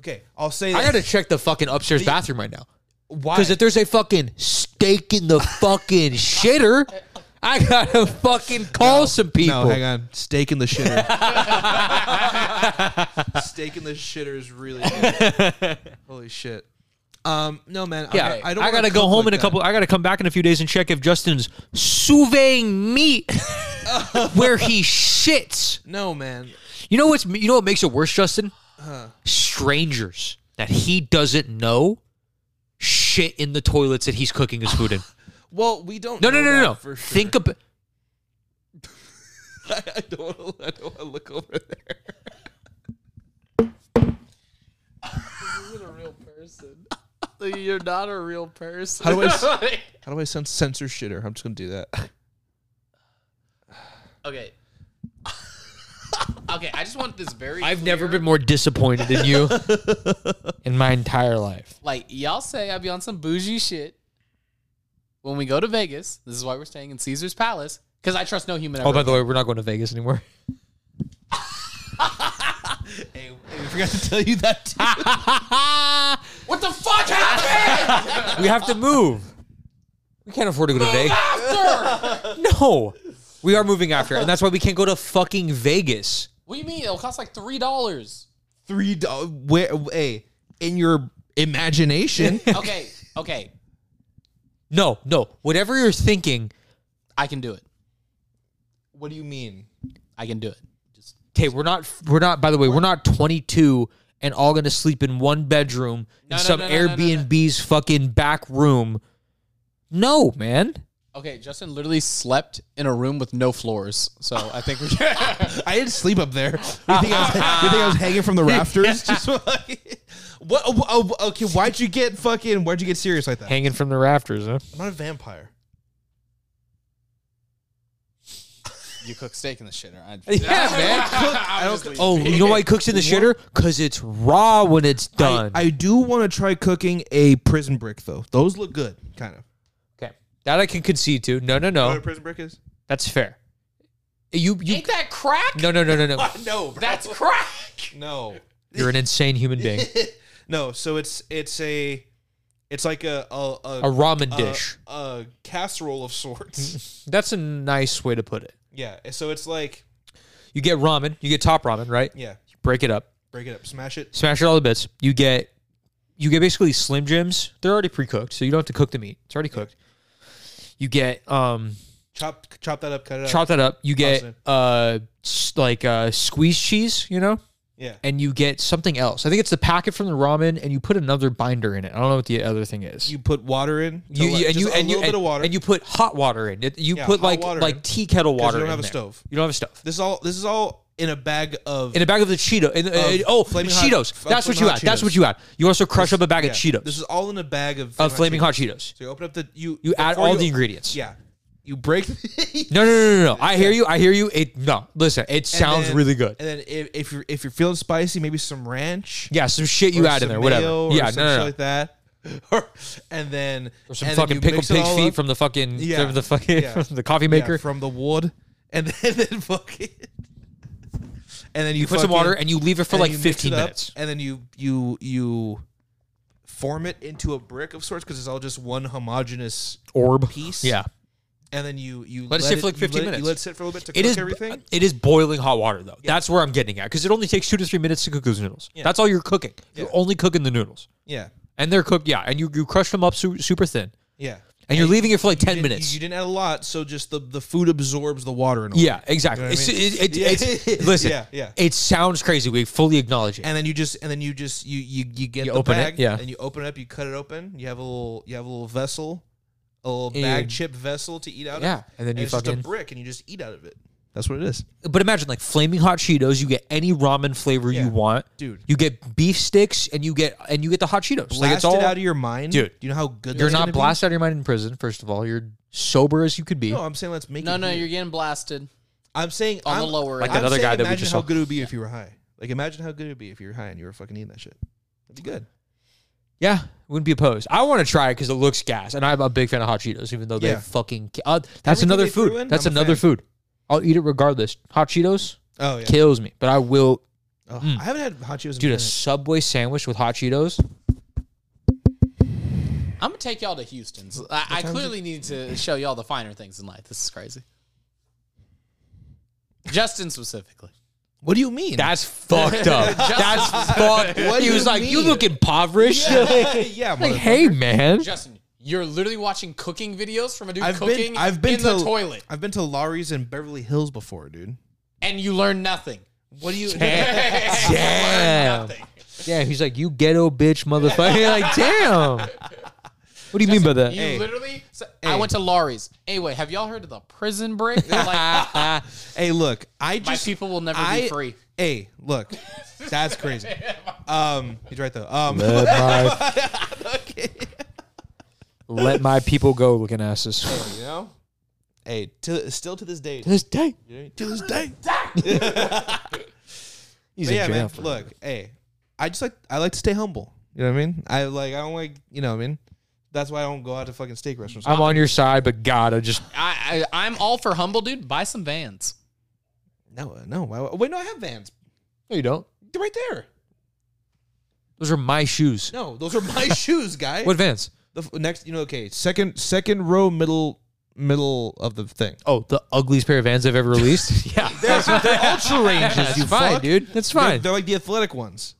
C: Okay, I'll say that.
B: I gotta check the fucking upstairs bathroom right now.
C: Why?
B: Because if there's a fucking steak in the fucking shitter, I gotta fucking call some people.
C: No, hang on. Steak in the shitter. Steak in the shitter is really good. holy shit. Um, no man. I-
B: Yeah,
C: I, don't.
B: I
C: wanna
B: gotta go home
C: cook like
B: in a
C: that.
B: couple. I gotta come back in a few days and check if Justin's sous vide meat where he shits.
C: No man.
B: You know what's you know what makes it worse, Justin? Strangers that he doesn't know shit in the toilets that he's cooking his food in.
C: Well, we don't.
B: No, no,
C: know
B: no, no,
C: that
B: no.
C: For sure.
B: Think about
C: I don't. wanna- I don't want to look over there.
D: a real person. You're not a real person.
C: How do I s- How do I sound censor shitter? I'm just gonna do that.
D: okay. okay, I just want this very.
B: I've never
D: clear-
B: been more disappointed in you in my entire life.
D: like y'all say I be on some bougie shit. When we go to Vegas, this is why we're staying in Caesar's Palace because I trust no human.
B: Oh,
D: ever
B: by the way, we're not going to Vegas anymore.
C: I forgot to tell you that. Too.
D: What the fuck happened?
B: We have to move. We can't afford to go to Vegas.
D: After?
B: No. We are moving after, and that's why we can't go to fucking Vegas.
D: What do you mean? It'll cost like three dollars.
C: Three dollars. Where? Hey, in your imagination.
D: Okay, okay,
B: No, no. Whatever you're thinking,
D: I can do it.
C: what do you mean?
D: I can do it. Just
B: Okay, we're not we're not by the way, we're not 22 and all going to sleep in one bedroom
D: No, no,
B: in some
D: no, no, no, no, no.
B: Airbnb's fucking back room. No, man.
D: okay. Justin literally slept in a room with no floors, so I think we can.
C: I didn't sleep up there. You think I was, you think I was hanging from the rafters? Just like, what? oh, oh, okay, why'd you get fucking? Why'd you get serious like that?
B: Hanging from the rafters, huh?
C: I'm not a vampire.
D: you cook steak in the shitter. I,
B: Yeah, man.
D: I don't.
B: Oh, you know why it cooks in the shitter? Cuz it's raw when it's done.
C: I, I do want to try cooking a prison brick though. Those look good, kind of.
B: okay. That I can concede to. No, no,
C: You know what a
B: no.
C: prison brick is?
B: That's fair. You you
D: Ain't that crack?
B: No, no, no, no, no.
C: Uh, No, bro.
D: That's crack.
C: no,
B: You're an insane human being.
C: no. So it's it's a it's like a a,
B: A ramen
D: Uh,
C: a-
B: dish.
C: a casserole of sorts.
B: That's a nice way to put it.
C: yeah. So it's like
B: You get ramen, you get top ramen, right?
C: yeah.
B: Break it up.
C: Break it up, smash it.
B: smash it all to bits. You get you get basically Slim Jims. They're already pre-cooked, so you don't have to cook the meat. It's already cooked. You get um
C: Chop chop that up, cut it up.
B: chop that up. You get
C: Awesome.
B: uh s- like uh squeeze cheese, you know,
C: Yeah.
B: and you get something else. I think it's the packet from the ramen, and you put another binder in it. I don't know what the other thing is.
C: you put water in. to
B: You,
C: let-
B: you, and
C: just
B: you
C: a
B: and you
C: little bit
B: and,
C: of water.
B: and you put hot water in. It- You
C: Yeah,
B: put
C: hot
B: like
C: water in.
B: like tea kettle water.
C: don't
B: in
C: have a
B: there.
C: stove.
B: You don't have a stove.
C: this is all this is all in a bag of
B: In a bag of the Cheeto. In,
C: Of
B: uh, oh,
C: Flaming Hot-
B: Cheetos.
C: of
B: That's what
C: Flaming
B: you
C: Hot
B: add. That's what
C: Cheetos.
B: you add. You also crush up a bag
C: yeah,
B: of Cheetos.
C: This is all in a bag of
B: of flaming hot Cheetos.
C: So you open up the you
B: You add
C: before
B: all
C: you-
B: the ingredients.
C: Yeah. You break
B: No, no, no, no, no. I hear you. I hear you. It no. Listen, it sounds
C: then-
B: really good.
C: And then if, if you're if you're feeling spicy, maybe some ranch.
B: Yeah, some shit you
C: or
B: add in
C: some
B: there, whatever.
C: mayo or
B: yeah, no,
C: some
B: no,
C: shit
B: no.
C: like that. Or, and then
B: Or some
C: and then
B: fucking
C: you
B: pickled
C: mix it
B: pig's
C: all
B: feet
C: up.
B: from the fucking
C: Yeah.
B: from the fucking
C: Yeah.
B: from the coffee
C: Yeah,
B: maker.
C: from the wood, and then, then fucking and then you,
B: You put some
C: fucking-
B: water and you leave it for
C: and
B: like
C: you mix it
B: 15
C: up,
B: minutes.
C: and then you you you form it into a brick of sorts because it's all just one homogeneous
B: Orb.
C: piece.
B: Yeah.
C: and then you you
B: Let it sit for, like,
C: you
B: 15
C: let it-
B: minutes.
C: You let it sit for a little bit to
B: It
C: cook
B: is
C: everything.
B: it is boiling hot water though. That's where I'm getting at because it only takes two to three minutes to cook those noodles. That's all you're cooking. You're only cooking the noodles,
C: Yeah,
B: and they're cooked. Yeah, and you you crush them up su- super thin,
C: yeah.
B: and you're leaving it for like ten
C: You-
B: minutes.
C: You didn't add a lot, so just the, the food absorbs the water and all.
B: yeah, exactly.
C: You know what I
B: It's-
C: mean?
B: it- it-
C: Yeah.
B: it's- listen,
C: Yeah, yeah.
B: it sounds crazy. We fully acknowledge it.
C: and then you just and then you just you you, you get
B: You
C: the
B: open it,
C: bag,
B: yeah.
C: and you open it up, you cut it open. You have a little you have a little vessel, a little
B: And
C: bag
B: you-
C: chip vessel to eat out
B: Yeah,
C: of.
B: and then you
C: it's just
B: fucking-
C: a brick, and you just eat out of it. That's what it is,
B: but imagine like flaming hot Cheetos. You get any ramen flavor
C: Yeah.
B: you want,
C: dude.
B: You get beef sticks, and you get and you get the hot Cheetos. like it's
C: Blast
B: all
C: it out of your mind,
B: Dude,
C: You know how good
B: You're
C: that's
B: not
C: gonna be?
B: blasted out of your mind in prison. First of all, you're sober as you could be.
C: No, I'm saying let's make
A: No,
C: it.
A: no,
C: here.
A: you're getting blasted.
C: I'm saying
A: on the
C: I'm-
A: lower
B: Like
A: end.
C: I'm
B: another
C: saying
B: guy that we
C: imagine
B: just
C: how
B: saw.
C: good it would be if you were high. Like imagine how good it would be if you were high and you were fucking eating that shit. That'd be good.
B: Yeah, wouldn't be opposed. I want to try it because it looks gas, and I'm a big fan of hot Cheetos, even though they
C: Yeah.
B: fucking. ki- Uh, that's
C: Everything
B: another
C: they threw
B: food.
C: in,
B: that's
C: I'm a
B: another
C: fan.
B: food. I'll eat it regardless. Hot Cheetos
C: Oh yeah.
B: kills me, but I will.
C: Oh, I haven't had hot Cheetos. in a
B: Dude, a
C: minute.
B: Subway sandwich with hot Cheetos.
A: I'm gonna take y'all to Houston's. I, I clearly need to show y'all the finer things in life. This is crazy. Justin specifically.
C: what do you mean?
B: That's fucked up. that's fucked.
C: What
B: he
C: do
B: was
C: you
B: like, "You
C: mean?
B: look impoverished."
C: yeah,
B: like,
C: motherfucker.
B: hey man,
A: Justin, you're literally watching cooking videos from a dude
C: I've
A: cooking
C: been I've been
A: in
C: to
A: the toilet,
C: I've been to Laurie's in Beverly Hills before, dude.
A: and you learn nothing.
C: What do you?
B: damn. Yeah, he's like, "You ghetto bitch, motherfucker." You're like, damn. What do you mean by that?
A: You literally. So, I went to Laurie's. Anyway, have y'all heard of the prison break? like,
C: hey, look, I
A: my
C: just
A: people will never
C: I-
A: be free.
C: Hey, look, that's crazy. Um, he's right though. Um,
B: Let my, let my people go looking asses.
C: you know, hey, to, still to this day,
B: This day,
C: to this day.
B: he's
C: But yeah,
B: in jail.
C: man.
B: for-
C: Look, hey, I just like I like to stay humble. You know what I mean? I like I don't like you know what I mean. That's why I don't go out to fucking steak restaurants.
B: I'm on your side, but God, I just
A: I, I I'm all for humble, dude. Buy some Vans.
C: no, no. Why, wait, no, I have Vans.
B: no, you don't.
C: They're right there.
B: Those are my shoes.
C: No, those are my shoes, guy.
B: What Vans?
C: The f- next, you know, okay, second, second row, middle, middle of the thing.
B: Oh, the ugliest pair of Vans I've ever released. yeah,
C: They're, they're ultra ranges.
B: that's
C: you
B: fine,
C: fuck.
B: dude. That's
C: They're,
B: fine.
C: they're like the athletic ones.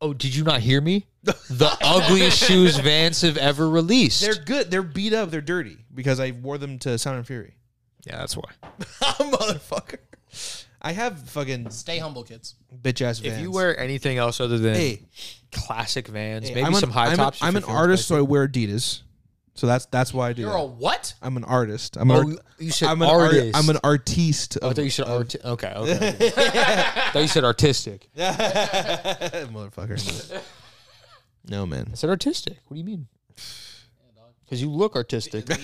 B: oh, did you not hear me? The ugliest shoes Vans have ever released.
C: They're good. They're beat up. They're dirty because I wore them to Sound and Fury.
B: yeah, that's why.
C: Motherfucker. I have fucking
A: Stay humble, kids.
C: bitch ass Vans.
B: If you wear anything else other than
C: hey,
B: classic Vans,
C: hey,
B: maybe
C: I'm an-
B: some high
C: I'm an-
B: tops. if
C: I'm
B: it
C: an
B: feels
C: artist, so I wear Adidas. So that's that's why I do.
A: You're
C: that.
A: a what?
C: I'm an artist. I'm an,
B: Oh,
C: art-
B: you- you said
C: I'm an art-
B: artist.
C: I'm an Oh. artiste.
B: I
C: of-
B: thought you said art. Okay, okay. okay. I thought you said artistic. I
C: motherfucker. no man.
B: said artistic. What do you mean? Because you look artistic.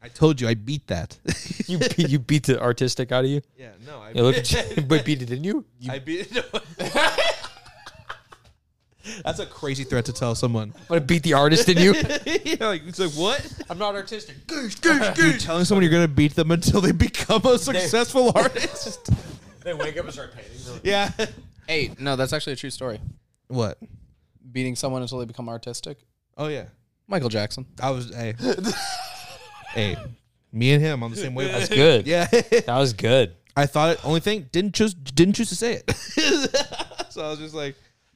C: I told you I beat that.
B: you beat, you beat the artistic out of you.
C: yeah, no, I
B: Yeah, look at you. but beat it, didn't you?
C: I beat That's a crazy threat to tell someone.
B: But beat the artist in you.
C: yeah, like, it's like what?
A: I'm not artistic.
C: You're telling someone you're gonna beat them until they become a successful artist.
D: They wake up and start painting.
C: yeah.
A: Hey, no, that's actually a true story.
C: What?
A: Beating someone until they become artistic.
C: Oh yeah.
A: Michael Jackson.
C: I was hey. hey. Me and him on the same wavelength.
B: Good.
C: Yeah.
B: That was good.
C: I thought it only thing didn't choose didn't choose to say it. so I was just like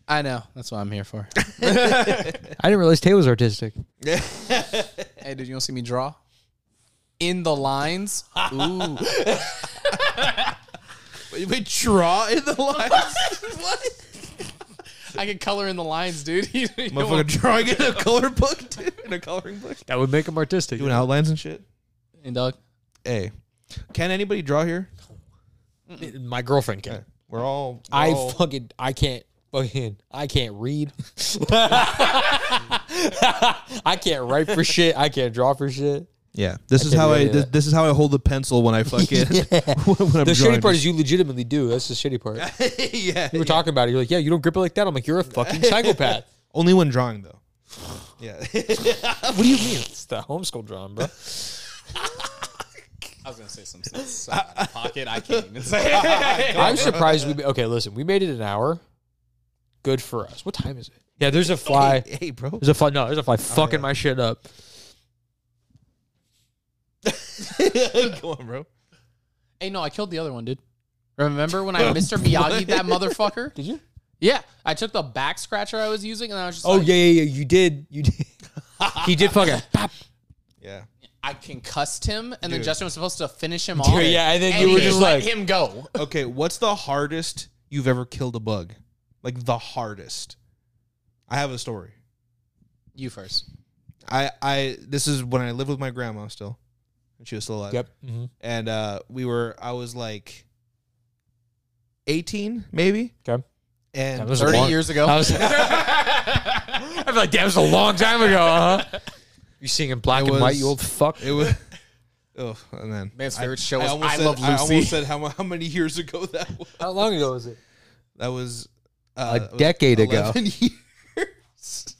A: I know. That's what I'm here for.
B: I didn't realize Tay was artistic.
A: hey, did you want to see me draw? In the lines. Ooh.
C: Wait, wait, draw in the lines.
A: what? I can color in the lines, dude. You, you don't
C: Motherfucker
A: want-
C: drawing in a color book, dude. In a coloring book.
B: That would make him artistic.
C: Doing outlines and shit.
A: Hey, dog.
C: Hey. Can anybody draw here?
B: My girlfriend can.
C: We're all we're
B: I
C: all-
B: fucking I can't fucking I can't read. I can't write for shit. I can't draw for shit.
C: Yeah. This is
B: can't
C: how
B: do
C: I
B: any of
C: this,
B: that.
C: this is how I hold the pencil when I fucking when, when I'm
B: The
C: drawing.
B: shitty part is you legitimately do. That's the shitty part. We
C: yeah.
B: were talking about it. You're like, yeah, you don't grip it like that. I'm like, you're a fucking psychopath.
C: Only when drawing though. Yeah.
B: what do you mean? It's the homeschool drawing, bro.
D: I was gonna say something inside my pocket. I can't even say. it.
B: I'm surprised we. Okay, listen, we made it an hour. Good for us. What time is it? Oh, Yeah, there's a fly.
C: Hey, bro.
B: There's a fly. No, there's a fly fucking my shit up.
C: Go on, bro.
A: Hey, no, I killed the other one, dude. Remember when I Mr. Miyagi that motherfucker?
B: Did you?
A: Yeah, I took the back scratcher I was using, and I was just
B: Oh
A: like,
B: yeah, yeah, yeah. You did. You did. he did fucking. pop.
C: Yeah.
A: I concussed him, and then
C: Dude.
A: Justin was supposed to finish him off.
B: yeah, I think
A: and
B: you were
A: he
B: just
A: let
B: like-
A: him go.
C: Okay, what's the hardest you've ever killed a bug? Like the hardest. I have a story.
A: You first.
C: I I this is when I lived with my grandma still, and she was still alive.
B: Yep. Mhm.
C: And uh, we were. I was like eighteen, maybe.
B: Okay.
C: And
B: That was a
C: thirty
B: long-
C: years
B: I
C: ago.
B: was. I feel like that was a long time ago. uh-huh. huh? You seeing in black
C: It
B: and white,
C: was-
B: you old fuck.
C: It was. Oh, and then
A: Man's favorite show
C: I
A: was
C: almost
A: I
C: said,
A: Love
C: I
A: Lucy.
C: almost said how, mu- how many years ago that was.
B: How long ago was it?
C: That was uh, it was
B: decade ago.
C: 11 years.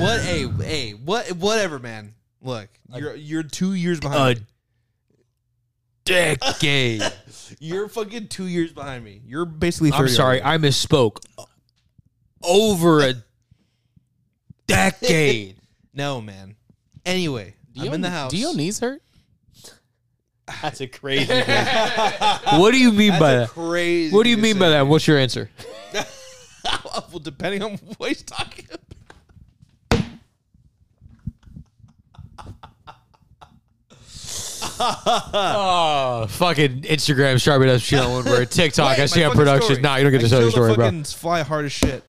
C: what a hey what whatever man. Look, you're you're two years behind.
B: A decade.
C: me. You're fucking two years behind me. You're basically. 30
B: I'm sorry,
C: already.
B: I misspoke. Over a decade.
C: no man. Anyway, I'm
A: Dio-
C: in the house.
A: Do your knees hurt?
B: That's a crazy. what do you mean by
C: That's
B: that?
C: a crazy.
B: What do you mean by
C: decision.
B: that? What's your answer?
C: well, depending on what he's talking about.
B: Oh, fucking Instagram sharping up shit on one word. TikTok,
C: Wait,
B: I
C: my
B: see on
C: fucking
B: production.
C: story.
B: Nah, you don't get
C: I
B: to tell your
C: killed a
B: story, bro.
C: fucking Fly hard as shit.